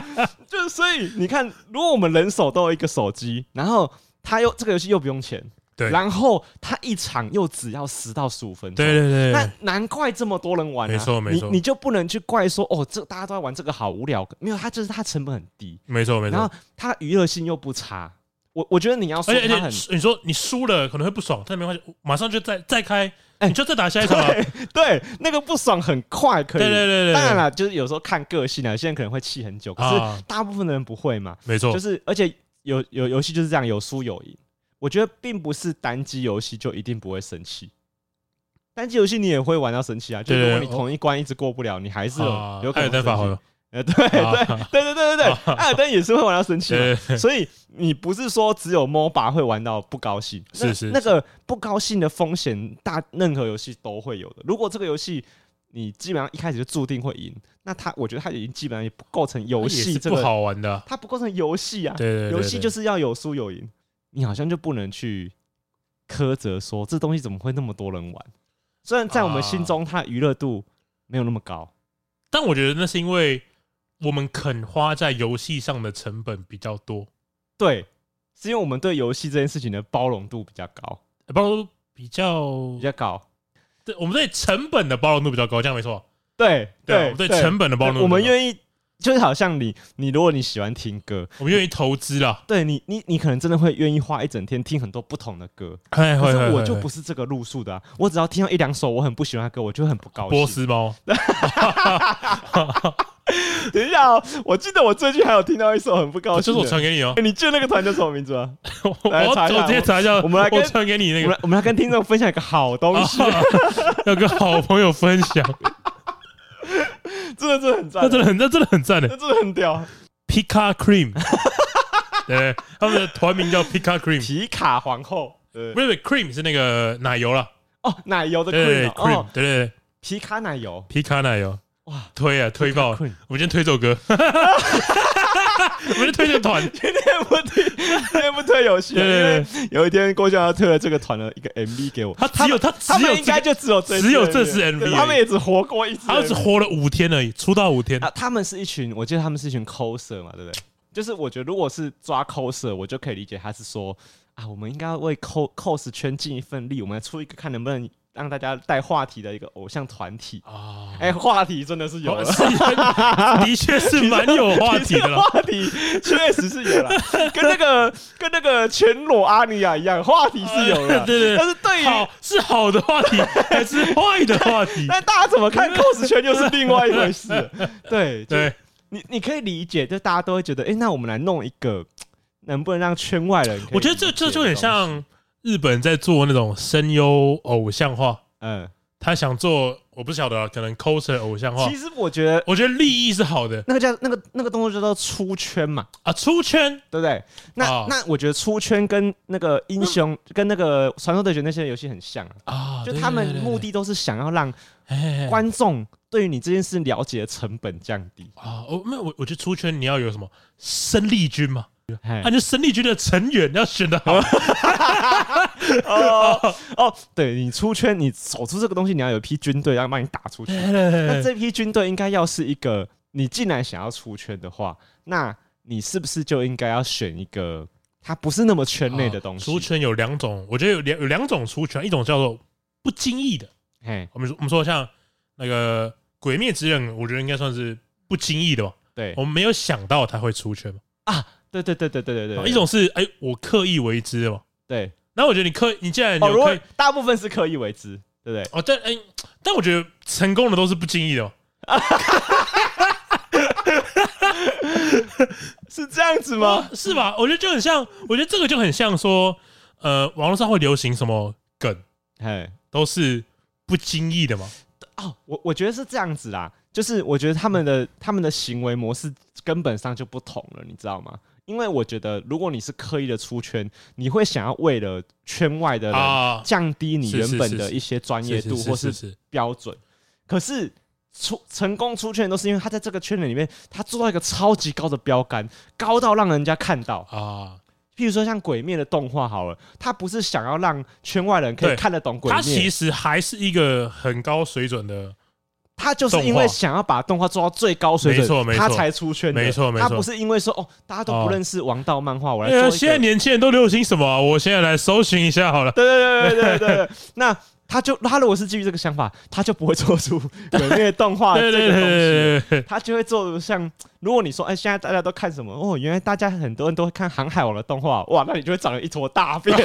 Speaker 2: 就是所以你看，如果我们人手都有一个手机，然后他又这个游戏又不用钱，
Speaker 1: 对
Speaker 2: 然后他一场又只要十到十五分钟，
Speaker 1: 对对对
Speaker 2: 那
Speaker 1: 对，
Speaker 2: 难怪这么多人玩、啊，
Speaker 1: 没错没错
Speaker 2: 你你就不能去怪说哦，这大家都在玩这个好无聊，没有，它就是它成本很低，
Speaker 1: 没错没
Speaker 2: 然
Speaker 1: 错哎
Speaker 2: 后。它娱乐性又不差。我我觉得你要说
Speaker 1: 而且
Speaker 2: 它
Speaker 1: 而
Speaker 2: 很
Speaker 1: 且，你说你输了可能会不爽，但没关系，马上就再再开，
Speaker 2: 哎
Speaker 1: 你就再打下一场啊。
Speaker 2: 对对，那个不爽很快可以。
Speaker 1: 对对对对，
Speaker 2: 当然了，就是有时候看个性啊，有些人可能会气很久，可
Speaker 1: 啊
Speaker 2: 是大部分的人不会嘛。
Speaker 1: 没错
Speaker 2: 就，是而且有有游戏就是这样，有输有赢。我觉得并不是单机游戏就一定不会生气，单机游戏你也会玩到生气啊。就
Speaker 1: 对
Speaker 2: 如
Speaker 1: 对
Speaker 2: 果
Speaker 1: 对
Speaker 2: 你同一关一直过不了，你还是
Speaker 1: 啊
Speaker 2: 有有可
Speaker 1: 艾尔
Speaker 2: 能
Speaker 1: 登法
Speaker 2: 生气
Speaker 1: 环，
Speaker 2: 呃，对对对
Speaker 1: 啊
Speaker 2: 对对对 对，艾尔登也是会玩到生气
Speaker 1: 对
Speaker 2: 嘛。
Speaker 1: 对对
Speaker 2: 所以你不是说只有 MOBA 会玩到不高兴，那
Speaker 1: 是是
Speaker 2: 那个不高兴的风险大，任何游戏都会有的。如果这个游戏你基本上一开始就注定会赢，那它我觉得它已经基本上也不构成游
Speaker 1: 也
Speaker 2: 戏
Speaker 1: 是
Speaker 2: 这
Speaker 1: 不
Speaker 2: 个
Speaker 1: 好玩的啊。
Speaker 2: 它不构成游戏啊。
Speaker 1: 对对对，对
Speaker 2: 游戏就是要有输有赢，你好像就不能去苛责说这东西怎么会那么多人玩。虽然在我们心中，它娱乐度没有那么高，
Speaker 1: 但我觉得那是因为我们肯花在游戏上的成本比较多，
Speaker 2: 对，是因为我们对游戏这件事情的包容度比较高，
Speaker 1: 呃包括比较
Speaker 2: 比较高。
Speaker 1: 对，我们对成本的包容度比较高，这样没错。
Speaker 2: 对
Speaker 1: 啊我
Speaker 2: 对
Speaker 1: 们对成本的包容度比较高，
Speaker 2: 我们愿意，就是好像你你如果你喜欢听歌，
Speaker 1: 我们愿意投资啦。
Speaker 2: 对你你你可能真的会愿意花一整天听很多不同的歌，
Speaker 1: 哎，
Speaker 2: 可
Speaker 1: 会
Speaker 2: 是
Speaker 1: 会
Speaker 2: 我
Speaker 1: 会
Speaker 2: 就
Speaker 1: 会
Speaker 2: 不是这个路数的啊，我只要听到一两首我很不喜欢的歌，我就会很不高兴。
Speaker 1: 波斯猫，
Speaker 2: 等一下哦，我记得我最近还有听到一首很不高
Speaker 1: 这
Speaker 2: 兴
Speaker 1: 是
Speaker 2: 的。
Speaker 1: 我传给你哦
Speaker 2: 哎、。你记得那个团叫什么名字吗？
Speaker 1: 我
Speaker 2: 来
Speaker 1: 我
Speaker 2: 查一下
Speaker 1: 我直接查一下，
Speaker 2: 我们来跟
Speaker 1: 我传给 你那
Speaker 2: 我们
Speaker 1: 个哦
Speaker 2: 来，我们来跟听众分享一个好东西，
Speaker 1: 要跟好朋友分 享，
Speaker 2: 真的真的很赞
Speaker 1: 那，真的很那真的很赞
Speaker 2: 那
Speaker 1: 的。
Speaker 2: 真的很屌。
Speaker 1: Pika Cream，对，他们的团名叫 Pika Cream，
Speaker 2: 皮卡皇后，对
Speaker 1: 不是不是 Cream 是那个奶油啦，
Speaker 2: 哦，奶油的
Speaker 1: 对对对
Speaker 2: queen 哦哦
Speaker 1: ，Cream，对对对
Speaker 2: 皮卡奶油，
Speaker 1: ，Pika 奶油，
Speaker 2: 哇，
Speaker 1: 推啊推爆！
Speaker 2: Queen
Speaker 1: 我们今天推这首歌， 我们就推这个 团，
Speaker 2: 今天不推，今天不推游戏了，
Speaker 1: 对
Speaker 2: 因
Speaker 1: 对
Speaker 2: 为有一天郭襄要推了这个团的一个 MV 给我，
Speaker 1: 他只有他
Speaker 2: 他
Speaker 1: 只有
Speaker 2: 们应
Speaker 1: 这
Speaker 2: 该
Speaker 1: 个，
Speaker 2: 就只有这
Speaker 1: 只有这
Speaker 2: 次
Speaker 1: 次 MV
Speaker 2: 对
Speaker 1: 而已
Speaker 2: 他们也只活过一次 MV，
Speaker 1: 他只活了五天而已，出道五天
Speaker 2: 啊，他们是一群，我记得他们是一群 coser 嘛，对不对？就是我觉得如果是抓 coser，我就可以理解他是说啊，我们应该要为 cos cos 圈尽一份力，我们来出一个看能不能让大家带话题的一个偶像团体。
Speaker 1: 啊。
Speaker 2: 哎、话题真的是有啊
Speaker 1: 哦
Speaker 2: 了。
Speaker 1: 是的确是蛮有话题的 啦。，
Speaker 2: 话题确实是有了，跟那个跟那个全裸阿尼亚一样，话题是有了
Speaker 1: 哎对对对
Speaker 2: 但是对于
Speaker 1: 好是好的话题还是坏的话 题？
Speaker 2: 但大家怎么看 cos 圈又是另外 一回事了。对，就
Speaker 1: 对，
Speaker 2: 你你可以理解，就大家都会觉得，哎、那我们来弄一个，能不能让圈外人可以理解的东西？
Speaker 1: 我觉得这这就很像日本在做那种声优偶像化，
Speaker 2: 嗯，
Speaker 1: 他想做，我不晓得啊，可能 coser 偶像化
Speaker 2: 其。实我觉得
Speaker 1: 我觉得利益是好的
Speaker 2: 那个叫那个那个动作叫做出圈嘛，
Speaker 1: 啊，出圈
Speaker 2: 对不对？那、
Speaker 1: 哦
Speaker 2: 那我觉得出圈跟那个英雄、跟那个传说对决那些游戏很像、
Speaker 1: 啊，
Speaker 2: 啊，就他们目的都是想要让
Speaker 1: 哎
Speaker 2: 观众对于你这件事了解的成本降低。
Speaker 1: 啊，我没有我我觉得出圈你要有什么生力军嘛，
Speaker 2: 嘿
Speaker 1: 啊 啊，你就生力军的成员要选的好，
Speaker 2: 哦哦，对你出圈，你走出这个东西，你要有一批军队要帮你打出去。
Speaker 1: 嗯
Speaker 2: 那这批军队应该要是一个，你既然想要出圈的话，那你是不是就应该要选一个它不是那么圈内的东西？
Speaker 1: 啊出，圈有两种，我觉得有两有两种出圈，一种叫做不经意的。
Speaker 2: 嘿，
Speaker 1: 我们说我们说像那个《鬼灭之刃》，我觉得应该算是不经意的吧。
Speaker 2: 对
Speaker 1: 我，们没有想到它会出圈嘛。
Speaker 2: 对对对对对对对，
Speaker 1: 一种是哎、我刻意为之的嘛。
Speaker 2: 对
Speaker 1: 那我觉得你刻，你既然
Speaker 2: 哦，如
Speaker 1: 有
Speaker 2: 果
Speaker 1: 刻意，
Speaker 2: 大部分是刻意为之，对不对？
Speaker 1: 哦，但哎、但我觉得成功的都是不经意的嘛。
Speaker 2: 是这样子吗？
Speaker 1: 哦是吧？我觉得就很像，我觉得这个就很像说，呃，网络上会流行什么梗，
Speaker 2: 嘿，
Speaker 1: 都是不经意的嘛。
Speaker 2: 哦，我我觉得是这样子啦，就是我觉得他们的他们的行为模式根本上就不同了，你知道吗？因为我觉得，如果你是刻意的出圈，你会想要为了圈外的人
Speaker 1: 啊，
Speaker 2: 降低你
Speaker 1: 是
Speaker 2: 原
Speaker 1: 是
Speaker 2: 本
Speaker 1: 是
Speaker 2: 的
Speaker 1: 是
Speaker 2: 一些专业度
Speaker 1: 是
Speaker 2: 或
Speaker 1: 是
Speaker 2: 是
Speaker 1: 是是
Speaker 2: 标准。可是出成功出圈，都是因为他在这个圈子里面，他做到一个超级高的标杆，高到让人家看到。
Speaker 1: 啊，
Speaker 2: 譬如说像《鬼灭》的动画好了，他不是想要让圈外人可以
Speaker 1: 对
Speaker 2: 看得懂《鬼灭
Speaker 1: 它》，其实还是一个很高水准的，
Speaker 2: 他就是因为想要把动画做到最高水
Speaker 1: 没错
Speaker 2: 准，
Speaker 1: 没错
Speaker 2: 他才出圈的。
Speaker 1: 没错没错
Speaker 2: 他不是因为说哦，大家都不认识王道漫画，我来做一
Speaker 1: 呃，
Speaker 2: 个。
Speaker 1: 现在年轻人都流行什么啊？我现在来搜寻一下好了。
Speaker 2: 对对对对对对对。那他就他如果是基于这个想法，他就不会做出鬼灭动画
Speaker 1: 对
Speaker 2: 这
Speaker 1: 对
Speaker 2: 个
Speaker 1: 对
Speaker 2: 东西。
Speaker 1: 对对对，
Speaker 2: 他就会做像，如果你说，哎、现在大家都看什么？哦，原来大家很多人都会看《航海王》的动画，哇，那你就会长了一坨大 便。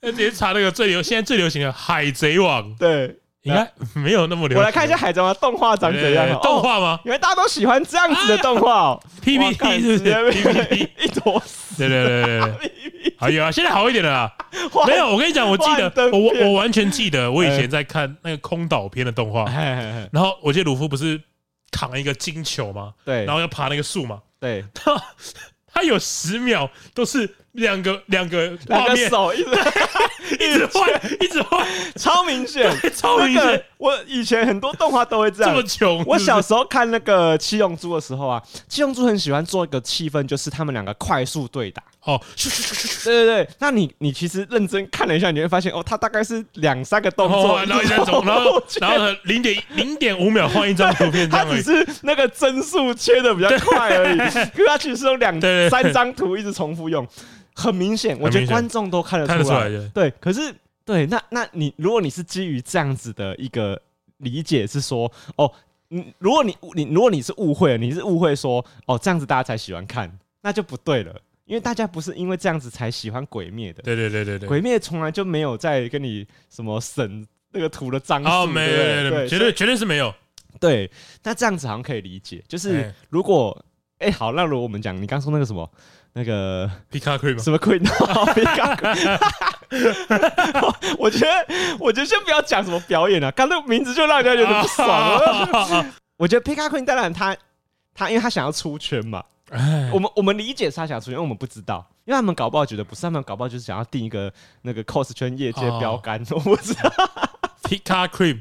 Speaker 1: 那直接查那个最流，现在最流行的《海贼王》，
Speaker 2: 对，
Speaker 1: 应该没有那么流行。
Speaker 2: 啊我来看一下《海贼王》的动画长怎样、
Speaker 1: 对对
Speaker 2: 哦
Speaker 1: 对动。画吗
Speaker 2: 原来大家都喜欢这样子的动画、哦哇看
Speaker 1: ？PPT 是
Speaker 2: 直
Speaker 1: 不是
Speaker 2: 接被
Speaker 1: PPT？
Speaker 2: 一坨屎
Speaker 1: 对对对 对对对，好有啊，现在好一点了啦。
Speaker 2: 哇
Speaker 1: 没有，我跟你讲，我记
Speaker 2: 幻
Speaker 1: 得
Speaker 2: 灯
Speaker 1: 我
Speaker 2: 片哎
Speaker 1: 我完全记得，我以前在看那个空岛片的动画，
Speaker 2: 嘿嘿嘿
Speaker 1: 然后我记得鲁夫不是扛一个金球吗？
Speaker 2: 对，
Speaker 1: 然后要爬那个树嘛，
Speaker 2: 对，
Speaker 1: 他 他有十秒都是两个两个
Speaker 2: 两
Speaker 1: 画
Speaker 2: 个
Speaker 1: 面
Speaker 2: 手一直
Speaker 1: 一直换，一直换，
Speaker 2: 超明显，
Speaker 1: 超明
Speaker 2: 那个
Speaker 1: 显，
Speaker 2: 我以前很多动画都会这
Speaker 1: 这
Speaker 2: 样
Speaker 1: 么。穷。
Speaker 2: 我小
Speaker 1: 是
Speaker 2: 时候看那个《七龙珠》的时候啊，《七龙珠》很喜欢做一个气氛，就是他们两个快速对打。
Speaker 1: 不是哦，咻咻咻咻咻
Speaker 2: 对对对，那你你其实认真看了一下，你会发现哦，他大概是两三个动
Speaker 1: 然后
Speaker 2: 作，
Speaker 1: 哦然后一
Speaker 2: 直
Speaker 1: 张走，然 后
Speaker 2: 过去
Speaker 1: 然后零点零点五秒换一张图片这
Speaker 2: 他
Speaker 1: 样而
Speaker 2: 只
Speaker 1: 已。
Speaker 2: 是那个帧数切的比较快而已，可是他其实是用两
Speaker 1: 对对对
Speaker 2: 三张图一直重复用，很明显，我觉得
Speaker 1: 明显
Speaker 2: 观众都看得
Speaker 1: 看得
Speaker 2: 出
Speaker 1: 出
Speaker 2: 来
Speaker 1: 来。的，
Speaker 2: 对，可是对，那那你如果你是基于这样子的一个理解，是说哦，你如果你你如果你是误会了，你是误会说哦这样子大家才喜欢看，那就不对了，因为大家不是因为这样子才喜欢鬼灭的，
Speaker 1: 对对对对对。
Speaker 2: 鬼灭从来就没有在跟你什么审那个图的张数，
Speaker 1: 哦，没有，没
Speaker 2: 对
Speaker 1: 有
Speaker 2: 不
Speaker 1: 没有，
Speaker 2: 对对
Speaker 1: 绝对绝对是没有。
Speaker 2: 对，那这样子好像可以理解，就是
Speaker 1: 哎
Speaker 2: 如果。哎、好，那如果我们讲你刚说那个什么，那个
Speaker 1: 皮卡 cream
Speaker 2: 什么困扰？ 别搞鬼我觉得，我觉得先不要讲什么表演了、啊，刚那个名字就让人家有点不爽了。 我觉得 p i c a Queen 当然他他因为他想要出圈嘛，
Speaker 1: 哎
Speaker 2: 我们我们理解是他想要出圈，因为我们不知道，因为他们搞不好觉得不是，他们搞不好就是想要定一个那个 cos 圈业界标
Speaker 1: 哦
Speaker 2: 杆， 我不知道。
Speaker 1: 皮卡 cream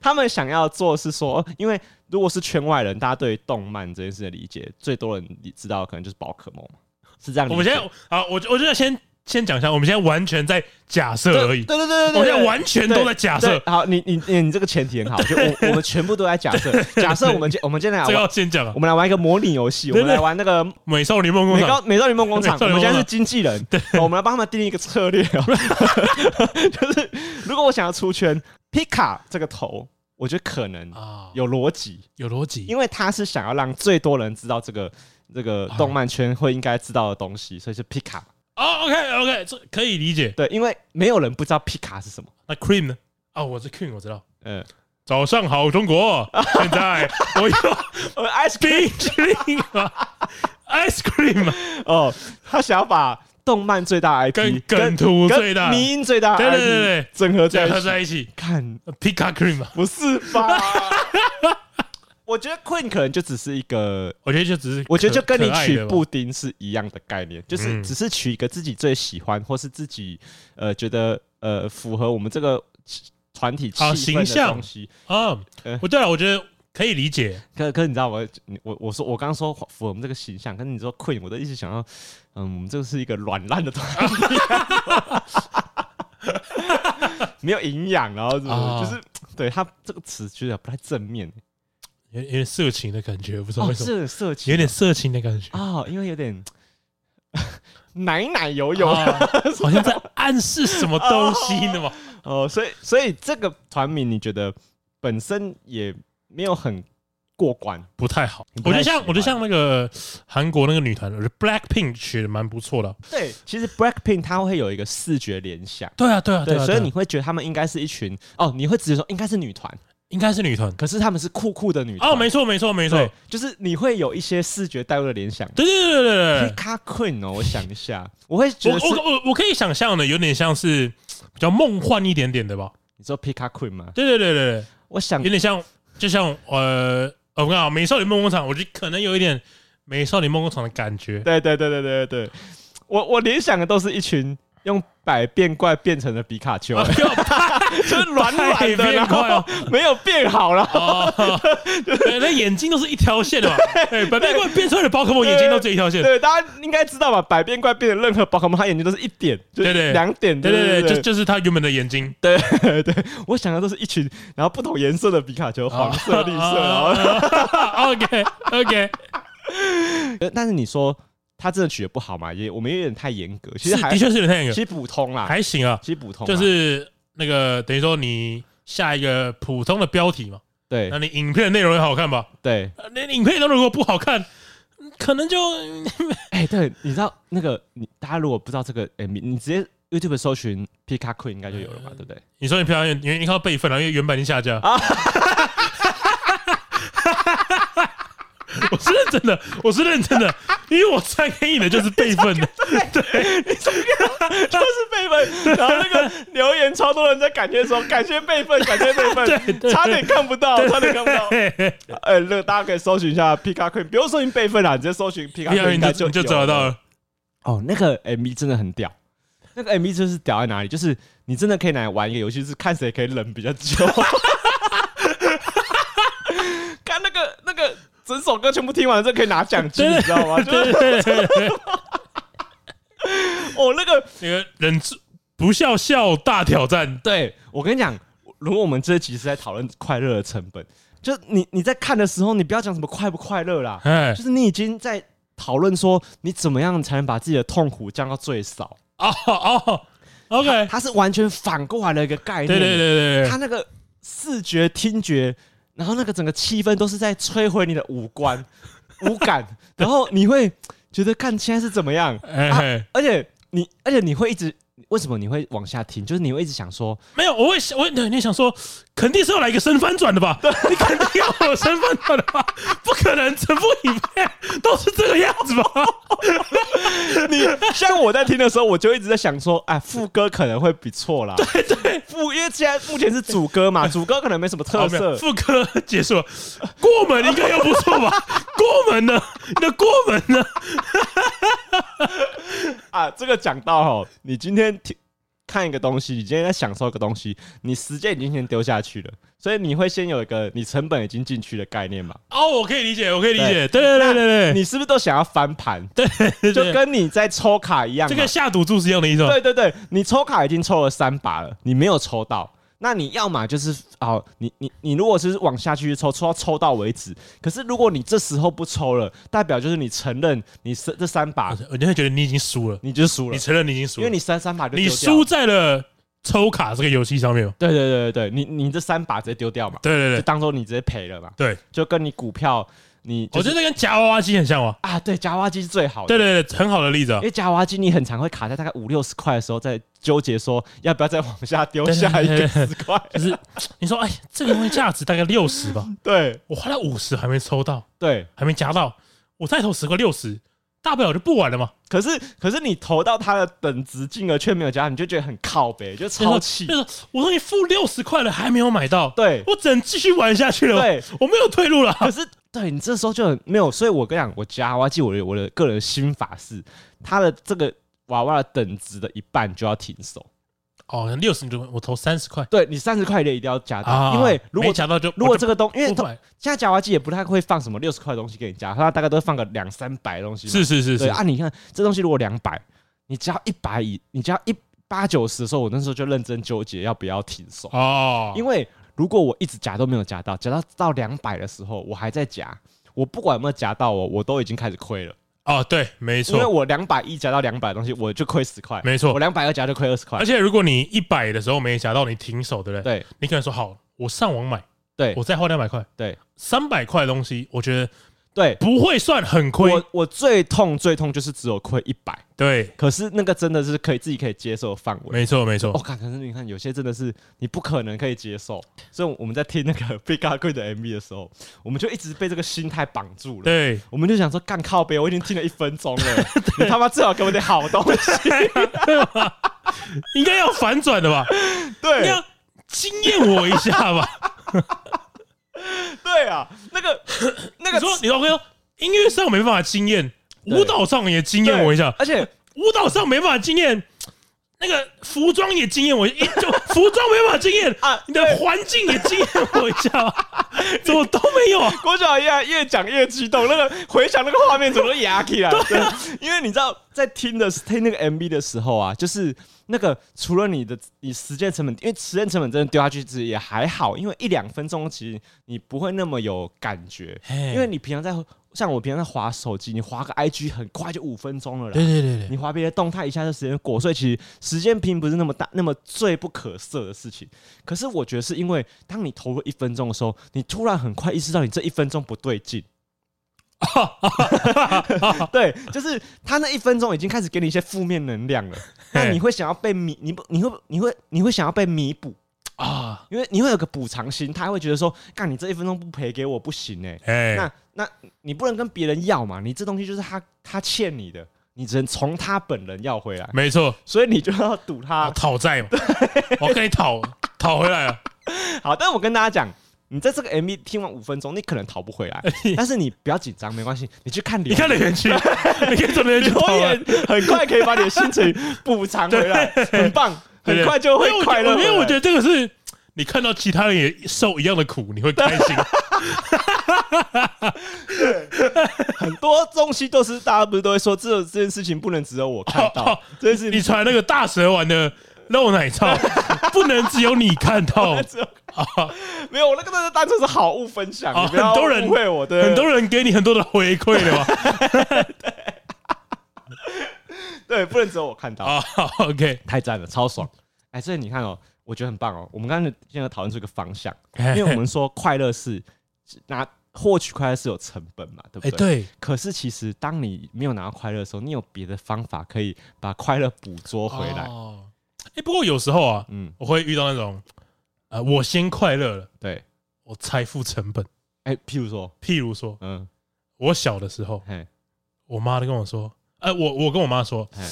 Speaker 2: 他们想要做是说，哦因为如果是圈外人，大家对动漫这件事的理解，最多人知道的可能就是宝可梦嘛，是这样理
Speaker 1: 我
Speaker 2: 解。
Speaker 1: 们现在啊，我我就要先先讲一下，我们现在完全在假设而已，
Speaker 2: 对对对对对，
Speaker 1: 我们现在完全都在假设
Speaker 2: 对，好，你你你你这个前提很好，就我我们全部都在假设。 假设我们今我们今天来
Speaker 1: 这个
Speaker 2: 玩
Speaker 1: 要，先讲啊
Speaker 2: 我。们来玩一个模拟游戏，我
Speaker 1: 对对
Speaker 2: 们来玩那个
Speaker 1: 美少女梦工
Speaker 2: 美
Speaker 1: 厂
Speaker 2: 高美少女梦工厂。
Speaker 1: 美少
Speaker 2: 我
Speaker 1: 女梦工厂
Speaker 2: 们现在是经纪人，哦我们来帮他们定一个策略 哦。就是如果我想要出圈，皮卡这个头，我觉得可能
Speaker 1: 啊，
Speaker 2: 有逻辑，
Speaker 1: 有逻辑
Speaker 2: 因为他是想要让最多人知道这个这个
Speaker 1: 啊
Speaker 2: 动漫圈会应该知道的东西，所以是皮卡。
Speaker 1: 哦，OK OK，这可以理解。
Speaker 2: 对，因为没有人不知道皮卡是什么。
Speaker 1: 那 cream 呢？啊，我是 cream，我知道。
Speaker 2: 嗯，
Speaker 1: 早上好，中 国！现在我有
Speaker 2: 呃，ice cream。
Speaker 1: 冰淇淋啊，ice cream 啊
Speaker 2: 哦，他想要把动漫最大的 IP
Speaker 1: 跟梗图最大
Speaker 2: 迷音最大的 IP
Speaker 1: 对对对对
Speaker 2: 整合在
Speaker 1: 结
Speaker 2: 一
Speaker 1: 合
Speaker 2: 起，
Speaker 1: 在一起
Speaker 2: 看
Speaker 1: 皮卡 cream 啊，
Speaker 2: 不是吧？ 我觉得 Queen 可能就只是一个，
Speaker 1: 我觉得就只是可，
Speaker 2: 我觉得就跟你
Speaker 1: 可爱
Speaker 2: 取
Speaker 1: 的吧
Speaker 2: 布丁是一样的概念，就是
Speaker 1: 嗯
Speaker 2: 只是取一个自己最喜欢或是自己呃觉得呃符合我们这个团体气
Speaker 1: 啊
Speaker 2: 氛
Speaker 1: 形
Speaker 2: 的
Speaker 1: 象
Speaker 2: 东西。
Speaker 1: 啊
Speaker 2: 呃，
Speaker 1: 我对了，我觉得可以理解。
Speaker 2: 可可你知道我我我说我刚刚说符合我们这个形象，可是你说 Queen，我都一直想到，嗯，我们这个是一个软烂的团体， 没有营养，然后是不是
Speaker 1: 啊
Speaker 2: 就是对他这个词觉得不太正面，
Speaker 1: 有有点色情的感觉，不知道
Speaker 2: 哦，
Speaker 1: 为什么，
Speaker 2: 是色情，
Speaker 1: 有点色情的感觉，
Speaker 2: 哦，因为 有点奶奶油油
Speaker 1: 啊好像在暗示什么东西呢嘛？
Speaker 2: 哦，所以所以这个团名你觉得本身也没有很过关
Speaker 1: 不太好
Speaker 2: 你。不
Speaker 1: 我
Speaker 2: 太
Speaker 1: 就
Speaker 2: 喜
Speaker 1: 像
Speaker 2: 欢
Speaker 1: 我就像那个韩国那个女团，我觉得 Blackpink 学的蛮不错的。
Speaker 2: 对，其实 Blackpink 它会有一个视觉联想，
Speaker 1: 对啊，对啊，
Speaker 2: 对，
Speaker 1: 啊，
Speaker 2: 所
Speaker 1: 对
Speaker 2: 以
Speaker 1: 啊
Speaker 2: 你会觉得他们应该是一群哦，你会直接说应该是女团，
Speaker 1: 应该是女团。
Speaker 2: 可是他们是酷酷的女团
Speaker 1: 哦，没错，没错，没错。
Speaker 2: 对，就是你会有一些视觉带入的联想。
Speaker 1: 对对对对对
Speaker 2: Pika Queen 哦，我想一下，我会觉
Speaker 1: 对，
Speaker 2: 得是
Speaker 1: 我我我我可以想象的，有点像是比较梦幻一点点的吧？
Speaker 2: 你说 Pika Queen 吗？
Speaker 1: 对对对对
Speaker 2: 我想
Speaker 1: 对，有点像，就像呃，我跟你讲，美少女梦工厂，我觉得可能有一点美少女梦工厂的感觉。
Speaker 2: 对对对对对对，对我我联想的都是一群用百变怪变成的比卡丘，
Speaker 1: 哎呦
Speaker 2: 就是软软
Speaker 1: 百
Speaker 2: 的，
Speaker 1: 变
Speaker 2: 然
Speaker 1: 怪
Speaker 2: 后
Speaker 1: 哦
Speaker 2: 没有变好 了。
Speaker 1: 哦，对那眼睛都是一条线的嘛？对，百变怪变出来的宝可梦眼睛都这一条线。
Speaker 2: 对，大家应该知道吧？百变怪变成任何宝可梦，它眼睛都是一点，就
Speaker 1: 对
Speaker 2: 是
Speaker 1: 对
Speaker 2: 两点，
Speaker 1: 对
Speaker 2: 对
Speaker 1: 对对，就
Speaker 2: 对
Speaker 1: 就是它原本的眼睛。
Speaker 2: 对 对。我想的都是一群，然后不同颜色的比卡
Speaker 1: 哦
Speaker 2: 丘，黄色、绿色，然后
Speaker 1: OK 哦 OK，
Speaker 2: 呃但是你说他真的取得不好嘛？也我们有点太严格，其
Speaker 1: 是
Speaker 2: 实还
Speaker 1: 的确是有点太严
Speaker 2: 其
Speaker 1: 格，
Speaker 2: 实普通啦，
Speaker 1: 还行啊，
Speaker 2: 其实普通啦，
Speaker 1: 就是那个等于说你下一个普通的标题嘛，
Speaker 2: 对
Speaker 1: 那你影片内容也好看吧？
Speaker 2: 对，
Speaker 1: 呃那影片内容如果不好看，可能就
Speaker 2: 哎对，你知道那个你大家如果不知道这个 MV，你直接 YouTube 搜寻 Pika Queen 应该就有了吧？对不对？
Speaker 1: 你说你表演，因为你看到备份了，因为原版已经下架。我是认真的，我是认真的，因为我传给你的就是备份的，
Speaker 2: 就是备份，然后那个留言超多人在感谢 说感谢备份，感谢备份，差点看不到，差点看不到。
Speaker 1: 嘿嘿
Speaker 2: 哎，那个大家可以搜寻一下 Pika Queen，不用搜寻备份啦，你直接搜寻 Pika
Speaker 1: 不要
Speaker 2: Queen
Speaker 1: 你
Speaker 2: 应该
Speaker 1: 就你就
Speaker 2: 有
Speaker 1: 找得到
Speaker 2: 了。
Speaker 1: 了。
Speaker 2: 哦，那个 MV 真的很屌，那个 MV 就是屌在哪里？就是你真的可以拿来玩一个游戏，是看谁可以忍比较久。 看那个那个整首歌全部听完，这可以拿奖金，你知道吗？就是
Speaker 1: 对对对
Speaker 2: 哦，那个
Speaker 1: 那个忍住不笑笑大挑战，
Speaker 2: 对我跟你讲，如果我们这一集是在讨论快乐的成本，就你你在看的时候，你不要讲什么快不快乐啦，
Speaker 1: 哎
Speaker 2: 就是你已经在讨论说你怎么样才能把自己的痛苦降到最少。
Speaker 1: 哦哦，OK，
Speaker 2: 它是完全反过来的一个概念。
Speaker 1: 对对对对
Speaker 2: 他
Speaker 1: 对，
Speaker 2: 那个视觉、听觉，然后那个整个气氛都是在摧毁你的五 官、五感，然后你会觉得看现在是怎么样，啊
Speaker 1: 哎嘿，
Speaker 2: 而且你，而且你会一直为什么你会往下听？就是你会一直想 说，
Speaker 1: 没有，我会想，我你想说，肯定是要来一个升翻转的吧？你肯定要有升翻转的吧？不可能，整部影片哎都是这个样子吧？
Speaker 2: 你像我在听的时候，我就一直在想说，哎，副歌可能会比错啦。对对，副因为现在目前是主 歌嘛，主歌可能没什么特
Speaker 1: 哦好没有
Speaker 2: 色。
Speaker 1: 副歌结束了，过门应该又不错 吧？过门呢？你的过门呢？
Speaker 2: 啊，这个讲到哦，你今天听看一个东西，你今天在享受一个东西，你时间已经先丢下去了，所以你会先有一个你成本已经进去的概念嘛？
Speaker 1: 哦，我可以理解，我可以理解，对对对对对
Speaker 2: 你是不是都想要翻盘？对，
Speaker 1: 对，
Speaker 2: 就
Speaker 1: 对
Speaker 2: 跟你在抽卡一样
Speaker 1: 这
Speaker 2: 嘛。
Speaker 1: 个下赌注是一样的意思吗。
Speaker 2: 对对对，你抽卡已经抽了三把了，你没有抽到。那你要么就是哦，你你你如果是往下去抽，抽到抽到为止。可是如果你这时候不抽了，代表就是你承认你是这三把
Speaker 1: 我就会觉得啊你已经输了，
Speaker 2: 你就输了
Speaker 1: 你，承认你已经输
Speaker 2: 因
Speaker 1: 了，
Speaker 2: 为你三三把就
Speaker 1: 你
Speaker 2: 丢掉了
Speaker 1: 输在了抽卡这个游戏上面嘛。
Speaker 2: 对对对对对，你你这三把直接丢掉嘛，
Speaker 1: 对对
Speaker 2: 就
Speaker 1: 对
Speaker 2: 当做你直接赔了嘛，
Speaker 1: 对，
Speaker 2: 就跟你股票，你
Speaker 1: 我觉
Speaker 2: 就是
Speaker 1: 得跟夹娃娃机很像哇。
Speaker 2: 啊，对，夹娃娃机是最好的，
Speaker 1: 对，对对，很好的例子啊
Speaker 2: 因。为夹娃娃机你很常会卡在大概五六十块的时候，在纠结说要不要再往下丢下一
Speaker 1: 对
Speaker 2: 个
Speaker 1: 对对
Speaker 2: 十块，
Speaker 1: 就是你说，哎，这个东西价值大概六十吧，
Speaker 2: 对
Speaker 1: 我花了五十还没抽到，
Speaker 2: 对。
Speaker 1: 还没夹到，我再投十块六十，大不了就不玩了嘛。
Speaker 2: 可是可是你投到它的等值金额却没有加，你就觉得很靠北，就超气
Speaker 1: 就。是我说你付六十块了，还没有买到，
Speaker 2: 对
Speaker 1: 我只能继续玩下去了，
Speaker 2: 对，
Speaker 1: 我没有退路了。
Speaker 2: 可是对你这时候就很没有，所以我跟你讲，我夹娃娃机，我的我的个人心法是，它的这个娃娃的等值的一半就要停手。
Speaker 1: 哦，六十你就我投三十块
Speaker 2: 对你三十块的一定要加到，
Speaker 1: 啊，
Speaker 2: 因为如果
Speaker 1: 没夹到就
Speaker 2: 如果这个东，因为
Speaker 1: 不
Speaker 2: 它
Speaker 1: 买，
Speaker 2: 现在夹娃机也不太会放什么六十块的东西给你加，它大概都会放个两三百的东西嘛。
Speaker 1: 是是是
Speaker 2: 对
Speaker 1: 是
Speaker 2: 啊，你看这东西如果两百，你加一百以，你加一八九十的时候，我那时候就认真纠结要不要停手，
Speaker 1: 哦，
Speaker 2: 因为如果我一直夹都没有夹到，夹到到两百的时候，我还在夹。我不管有没有夹到我，哦我都已经开始亏了，
Speaker 1: 哦对，没
Speaker 2: 因为
Speaker 1: 错，
Speaker 2: 我两百一夹到两百的东西，我就亏十块，
Speaker 1: 没错
Speaker 2: 我两百二夹就亏二十块
Speaker 1: 而，且如果你一百的时候没夹到，你停手对不对？
Speaker 2: 对
Speaker 1: 你可能说好，我上网买，
Speaker 2: 对
Speaker 1: 我再花两百块，
Speaker 2: 对
Speaker 1: 三百块的东西，我觉得
Speaker 2: 对，
Speaker 1: 不会算很亏，
Speaker 2: 我我最痛最痛就是只有亏一百，
Speaker 1: 对，
Speaker 2: 可是那个真的是可以自己可以接受的范围。
Speaker 1: 没错没
Speaker 2: 我
Speaker 1: 错，
Speaker 2: 看、可是你看有些真的是你不可能可以接受，所以我们在听那个 Big a g 的 MV 的时候，我们就一直被这个心态绑住了。
Speaker 1: 对，
Speaker 2: 我们就想说，干靠背，我已经听了一分钟 了，你他妈最好给我点好东西。
Speaker 1: 应该要反转 的吧？你
Speaker 2: 对
Speaker 1: 要惊艳我一下吧？
Speaker 2: 对啊，那个那
Speaker 1: 你
Speaker 2: 个
Speaker 1: 说你说我跟你说，音乐上没办法惊艳，
Speaker 2: 对
Speaker 1: 舞蹈上也惊艳我一下
Speaker 2: 对，哎而且
Speaker 1: 舞蹈上没办法惊艳，那个服装也惊艳我，一 就服装没办法惊艳
Speaker 2: 啊
Speaker 1: 你的环境也惊艳我一 下吧？怎么都没有啊？
Speaker 2: 郭小燕越讲越激动，那个回想那个画面，怎么都牙起来？对，因为你知道，在听的听那个 MV 的时候啊，就是那个除了你的你时间成本，因为时间成本真的丢下去其实也还好，因为一两分钟其实你不会那么有感觉，因为你平常在像我平常在划手机，你划个 IG 很快就五分钟了啦。
Speaker 1: 对对
Speaker 2: 你划别的动态一下就时间过，所以其实时间并不是那么大、那么罪不可赦的事情。可是我觉得是因为当你投入一分钟的时候，你突然很快意识到你这一分钟不对劲。 对，就是他那一分钟已经开始给你一些负面能量了，那你会想要被弥，你不，你会，你会，你会想要被弥补，
Speaker 1: 啊，
Speaker 2: 因为你会有个补偿心，他会觉得说，干你这一分钟不赔给我不行哎、
Speaker 1: 哎
Speaker 2: 那，那你不能跟别人要嘛，你这东西就是他他欠你的，你只能从他本人要回来，
Speaker 1: 没错，
Speaker 2: 所以你就要赌他
Speaker 1: 我。讨债 嘛，我跟你讨讨回来啊了，
Speaker 2: 好，但我跟大家讲，你在这个 MV 听完五分钟，你可能讨不回来，但是你不要紧张，没关系，你去看
Speaker 1: 哎你
Speaker 2: 留
Speaker 1: 看
Speaker 2: 言。
Speaker 1: 留言区，你看怎么留言区讨
Speaker 2: 留
Speaker 1: 回来
Speaker 2: 言啊很快可以把你的心情补偿回来，很棒，
Speaker 1: 对
Speaker 2: 很快就会快乐
Speaker 1: 因
Speaker 2: 回来。
Speaker 1: 为我觉得这个是你看到其他人也受一样的苦，你会开心。
Speaker 2: 很多东西都是大家不是都会说，这这件事情不能只有我看
Speaker 1: 哦哦
Speaker 2: 到，这件事
Speaker 1: 你
Speaker 2: 情
Speaker 1: 传那个大蛇丸的肉奶 罩，不能只有你看到
Speaker 2: 不能只有没有，我那个真的单纯是好物分享，
Speaker 1: 啊！
Speaker 2: 你不
Speaker 1: 很
Speaker 2: 要
Speaker 1: 多人
Speaker 2: 误会我，对，
Speaker 1: 很多人给你很多的回馈 的嘛。
Speaker 2: 对，不能只有我看到，
Speaker 1: 啊，OK，
Speaker 2: 太赞了，超爽！哎，所以你看哦，我觉得很棒哦。我们刚才现在讨论出一个方 向，因为我们说快乐是拿获取快乐是有成本嘛，对
Speaker 1: 哎
Speaker 2: 不对？
Speaker 1: 对
Speaker 2: 可是其实当你没有拿到快乐的时候，你有别的方法可以把快乐捕捉回来。
Speaker 1: 哦哎，不过有时候啊，
Speaker 2: 嗯，
Speaker 1: 我会遇到那种，呃，我先快乐了，
Speaker 2: 对。
Speaker 1: 我财富成本。
Speaker 2: 哎，譬如说，
Speaker 1: 譬如说，
Speaker 2: 嗯，
Speaker 1: 我小的时候，
Speaker 2: 嘿，
Speaker 1: 我妈都跟我说，哎，我我跟我妈说
Speaker 2: 嘿，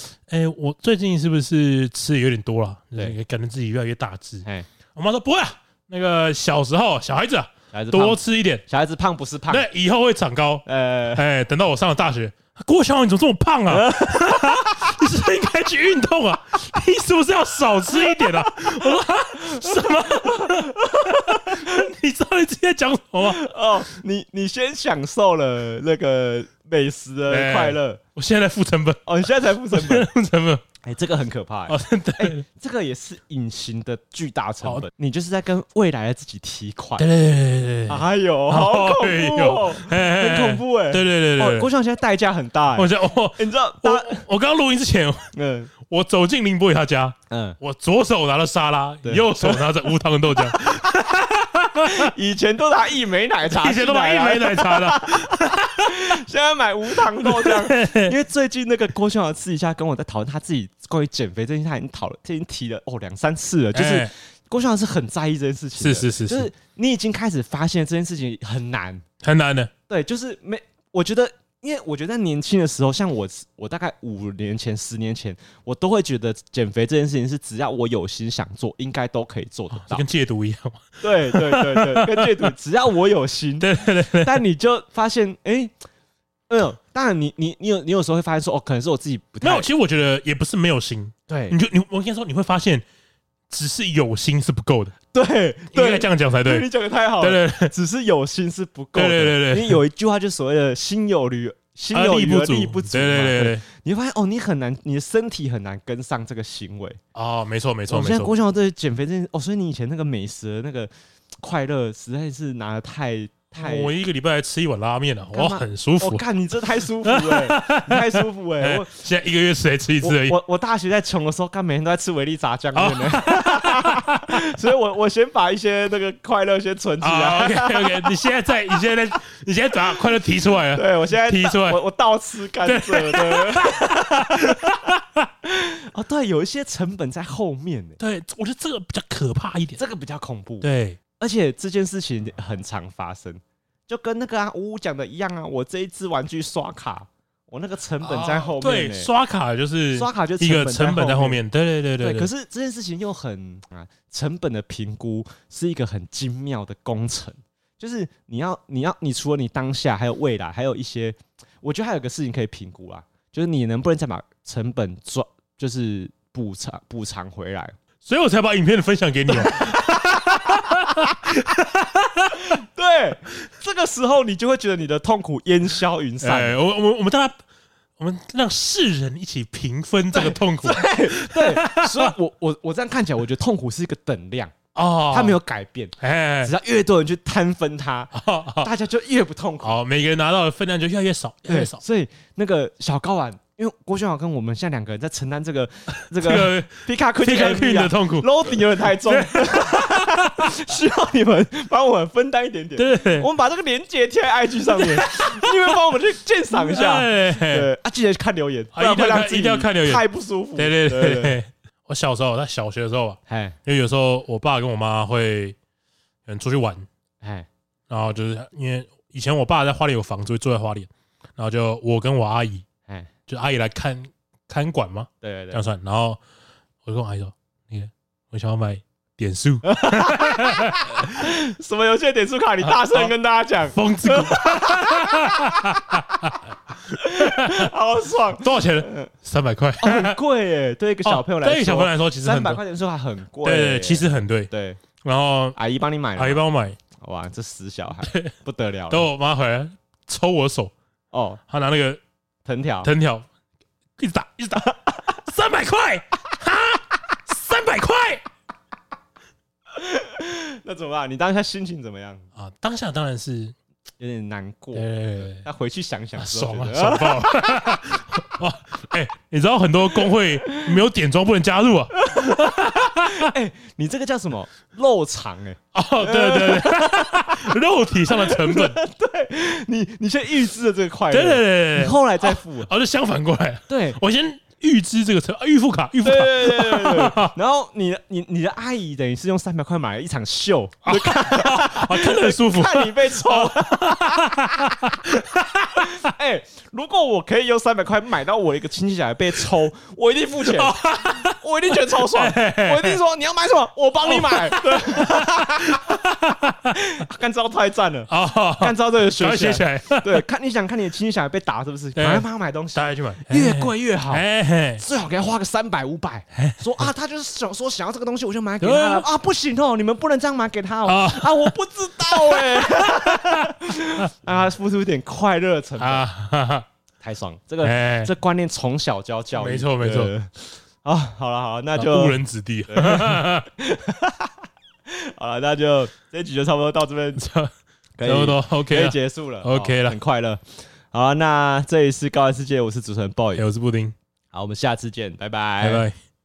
Speaker 1: 哎，我最近是不是吃的有点多了？
Speaker 2: 对
Speaker 1: 就是感觉自己越来越大只。
Speaker 2: 嘿，
Speaker 1: 我妈说不会啊，那个小时候小孩子啊，
Speaker 2: 小孩子
Speaker 1: 多
Speaker 2: 胖，
Speaker 1: 吃一点，
Speaker 2: 小孩子胖不是胖，
Speaker 1: 对，以后会长高。
Speaker 2: 呃，
Speaker 1: 哎，等到我上了大学，郭小你怎么这么胖 啊？你是不是应该去运动啊？你是不是要少吃一点啊？我说啊什么？你知道你自己在讲什么啊吗？
Speaker 2: 哦，你你先享受了那个美食的
Speaker 1: 哎
Speaker 2: 快乐，
Speaker 1: 我现在在付成本，
Speaker 2: 哦，你现在才付成
Speaker 1: 我现在
Speaker 2: 本
Speaker 1: 在，付成本
Speaker 2: 哎，这个很可怕，哎
Speaker 1: 哦，真的，对
Speaker 2: 这个也是隐形的巨大成
Speaker 1: 好
Speaker 2: 本，你就是在跟未来的自己提款。
Speaker 1: 对对对对对，
Speaker 2: 哎呦，好恐怖哦，
Speaker 1: 很
Speaker 2: 很恐怖哎。
Speaker 1: 对对对
Speaker 2: 哦
Speaker 1: 对，
Speaker 2: 郭
Speaker 1: 对，
Speaker 2: 晓现在代价很大
Speaker 1: 我
Speaker 2: 哎，
Speaker 1: 想我
Speaker 2: 你知道，
Speaker 1: 我
Speaker 2: 大
Speaker 1: 我刚录音之前，
Speaker 2: 嗯
Speaker 1: 我走进林博宇他家，
Speaker 2: 嗯，
Speaker 1: 我左手拿着沙拉，
Speaker 2: 对
Speaker 1: 右手拿着无糖豆浆，
Speaker 2: 以前都拿一枚奶 茶，
Speaker 1: 以前都买
Speaker 2: 啊
Speaker 1: 一杯，奶茶的。
Speaker 2: 现在买无糖豆 浆。因为最近那个郭晓私底下跟我在讨论他自己关于减肥这件事，他已经讨论，他已经提了哦两三次了，就是
Speaker 1: 哎
Speaker 2: 郭晓是很在意这件事情的，
Speaker 1: 是是是
Speaker 2: 就是是你已经开始发现这件事情很难。
Speaker 1: 很难的，
Speaker 2: 对，就是没，我觉得，因为我觉得在年轻的时候，像我，我大概五年前、十年前，我都会觉得减肥这件事情是只要我有心想做，应该都可以做得
Speaker 1: 哦就
Speaker 2: 到
Speaker 1: 跟。戒毒一样嘛。
Speaker 2: 对对对对，跟戒毒，只要我有心。
Speaker 1: 对对对对，
Speaker 2: 但你就发现，哎、嗯，当然你你你有你有时候会发现说，哦，可能是我自己 不
Speaker 1: 没
Speaker 2: 太
Speaker 1: 有，其实我觉得也不是没有心，
Speaker 2: 对
Speaker 1: 你就你我跟你说，你会发现只是有心是不够的，
Speaker 2: 对
Speaker 1: 应该
Speaker 2: 对，
Speaker 1: 这样讲才
Speaker 2: 对
Speaker 1: 对
Speaker 2: 你。讲的太好了，
Speaker 1: 对对
Speaker 2: 只是有心是不够的，
Speaker 1: 对对对对
Speaker 2: 因为有一句话就所谓的心有余。心
Speaker 1: 啊
Speaker 2: 有
Speaker 1: 力
Speaker 2: 余而
Speaker 1: 足，
Speaker 2: 力不足嘛，
Speaker 1: 对对对对，
Speaker 2: 你会发现哦，你很难，你的身体很难跟上这个行为。
Speaker 1: 哦，没错没错
Speaker 2: 我
Speaker 1: 没
Speaker 2: 现在
Speaker 1: 错
Speaker 2: 国，小对减肥这件哦，所以你以前那个美食的那个快乐实在是拿的太太，
Speaker 1: 哦
Speaker 2: 哦
Speaker 1: 我一个礼拜吃一碗拉面了，
Speaker 2: 干
Speaker 1: 哇，
Speaker 2: 嘛
Speaker 1: 很舒
Speaker 2: 我
Speaker 1: 服。
Speaker 2: 看你这太舒服 了，你太舒服哎！
Speaker 1: 哎
Speaker 2: 我，
Speaker 1: 现在一个月吃才吃一次而
Speaker 2: 我
Speaker 1: 已。
Speaker 2: 我我大学在穷的时候，干每天都在吃维力 炸酱面呢， 所以我我先把一些那个快乐先存起
Speaker 1: 啊
Speaker 2: 来。
Speaker 1: ，OK OK，你现在在，你现在在，你现在把快乐提出来了。
Speaker 2: 对，我现在
Speaker 1: 提
Speaker 2: 倒
Speaker 1: 出来
Speaker 2: 我我倒吃甘蔗的。 哦，对，有一些成本在后面呢，
Speaker 1: 对，我觉得这个比较可怕一点。
Speaker 2: 这个比较恐怖。
Speaker 1: 对，
Speaker 2: 而且这件事情很常发生，就跟那个啊呜呜讲的一样啊，我这一支玩具刷卡，我那个成本在后面、欸
Speaker 1: 啊哦对，刷卡就是
Speaker 2: 刷卡就
Speaker 1: 一个成本在后
Speaker 2: 后。
Speaker 1: 面。对对对
Speaker 2: 对，
Speaker 1: 对。
Speaker 2: 可是这件事情又很啊，成本的评估是一个很精妙的工程，就是你要你要你除了你当下，还有未来，还有一些，我觉得还有个事情可以评估啦，就是你能不能再把成本赚，就是补偿补偿回来。
Speaker 1: 所以我才把影片分享给 你嘛。哦哎
Speaker 2: 对，这个时候你就会觉得你的痛苦烟消云散。
Speaker 1: 哎，我我我们大家，我们让世人一起平分这个痛苦
Speaker 2: 对，所以我我我这样看起来，我觉得痛苦是一个等量，
Speaker 1: 哦。
Speaker 2: 它没有，改变，
Speaker 1: 哎，哦
Speaker 2: 只要越多人去摊分它，
Speaker 1: 好好
Speaker 2: 大家就越不痛苦。
Speaker 1: 好，每个人拿到的分量就越来越少，哦越来越少。
Speaker 2: 所以那个小高丸，因为郭轩豪跟我们现在两个人在承担 这个
Speaker 1: 这
Speaker 2: 这个
Speaker 1: 个
Speaker 2: 皮卡库
Speaker 1: 皮卡库的痛苦
Speaker 2: 啊 loading 有点太重，需要你们帮我们分担一点点。
Speaker 1: 对对
Speaker 2: 我们把这个链接贴在 IG 上面，你们帮我们去鉴赏一下。
Speaker 1: 对
Speaker 2: 对啊，记得去看留言，
Speaker 1: 哎啊
Speaker 2: 不然会让
Speaker 1: 一定要看
Speaker 2: 自己
Speaker 1: 一定要看留言
Speaker 2: 太不舒服。
Speaker 1: 对对对，我小时候在小学的时候啊，
Speaker 2: 哎
Speaker 1: 因为有时候我爸跟我妈会嗯出去玩，
Speaker 2: 哎
Speaker 1: 然后就是因为以前我爸在花莲有房子，会住在花莲，然后就我跟我阿姨，
Speaker 2: 哎，
Speaker 1: 就阿姨来看看管嘛，
Speaker 2: 对
Speaker 1: 这
Speaker 2: 对
Speaker 1: 样
Speaker 2: 对，
Speaker 1: 算。然后我就跟我阿姨说：“那个，我想要买点数
Speaker 2: 什么游戏的点数卡？你大声跟大家讲，
Speaker 1: 风之谷，。
Speaker 2: 好爽
Speaker 1: 多少钱？三百块。
Speaker 2: 哦很贵耶，对一个小朋友来说，
Speaker 1: 对于小朋友来说其实
Speaker 2: 三
Speaker 1: 很
Speaker 2: 百
Speaker 1: 多，
Speaker 2: 块点数卡很贵
Speaker 1: 对
Speaker 2: 耶。
Speaker 1: 对，对其实很对。
Speaker 2: 对，
Speaker 1: 然后
Speaker 2: 阿姨帮你买了，
Speaker 1: 阿姨帮我买，
Speaker 2: 哇，这死小孩 不得了了，
Speaker 1: 等我妈回来抽我手，
Speaker 2: 哦，
Speaker 1: 她拿那个
Speaker 2: 藤条，
Speaker 1: 藤条一直打，一直打，三百块啊，三百块
Speaker 2: 那怎么办？你当下心情怎么样？
Speaker 1: 啊！当下当然是，
Speaker 2: 有点难过
Speaker 1: 对，对对对
Speaker 2: 那回去想想
Speaker 1: 啊
Speaker 2: 之后
Speaker 1: 爽
Speaker 2: 觉
Speaker 1: 啊，
Speaker 2: 得，
Speaker 1: 爽爆了！哇，哎，你知道很多工会没有点装不能加入啊？
Speaker 2: 啊 哎你这个叫什么漏场？哎，
Speaker 1: 哦，对对对，肉体上的成本，
Speaker 2: 你你先预支了这个快
Speaker 1: 对对
Speaker 2: 乐，
Speaker 1: 对
Speaker 2: 你
Speaker 1: 对对，
Speaker 2: 后来再付，
Speaker 1: 哎哦，就相反过来，
Speaker 2: 对。
Speaker 1: 我先预支这个成啊预付卡，预付
Speaker 2: 对
Speaker 1: 卡，
Speaker 2: 对对对对对， 然后你的你你的阿姨等于是用三百块买了一场秀，就看
Speaker 1: 啊，看得很 舒服。
Speaker 2: 看你被抽。哎，如果我可以用三百块买到我一个亲戚小孩被抽，我一定付钱， 我一定觉得 超爽，我一定说你要买什么，我帮你买。 对，干招太赞了，
Speaker 1: 啊，
Speaker 2: 干招这个
Speaker 1: 赶快
Speaker 2: 哦学
Speaker 1: 写
Speaker 2: 起
Speaker 1: 起
Speaker 2: 来。
Speaker 1: 来，
Speaker 2: 对，看你想看你的亲戚小孩被打是不是？
Speaker 1: 对
Speaker 2: 赶快帮他买东西
Speaker 1: 大，家去买，
Speaker 2: 越贵越好。
Speaker 1: 哎，嘿
Speaker 2: 最好给他花个三百五百，
Speaker 1: 哎
Speaker 2: 说啊，他就是想说想要这个东西，我就买给他了啊，不行哦，你们不能这样买给他哦
Speaker 1: 啊
Speaker 2: 啊，我不知道哎， 让他付出一点快乐的成本，
Speaker 1: 啊，哈哈，
Speaker 2: 太爽，这个
Speaker 1: 哎
Speaker 2: 这观念从小就要教育，
Speaker 1: 没错没错
Speaker 2: 对。啊，好了好了，那
Speaker 1: 啊
Speaker 2: 就
Speaker 1: 误人子 弟，
Speaker 2: 好了，那就这一局就差不多到这边可 以
Speaker 1: 差不多
Speaker 2: 可
Speaker 1: OK
Speaker 2: 以
Speaker 1: 了。
Speaker 2: 结束了
Speaker 1: OK 了
Speaker 2: 哦很快乐。好啊，那这一次高玩世界，我是主持人 boy，
Speaker 1: 哎我是布丁，
Speaker 2: 好，我们下次见，拜拜，
Speaker 1: 拜拜。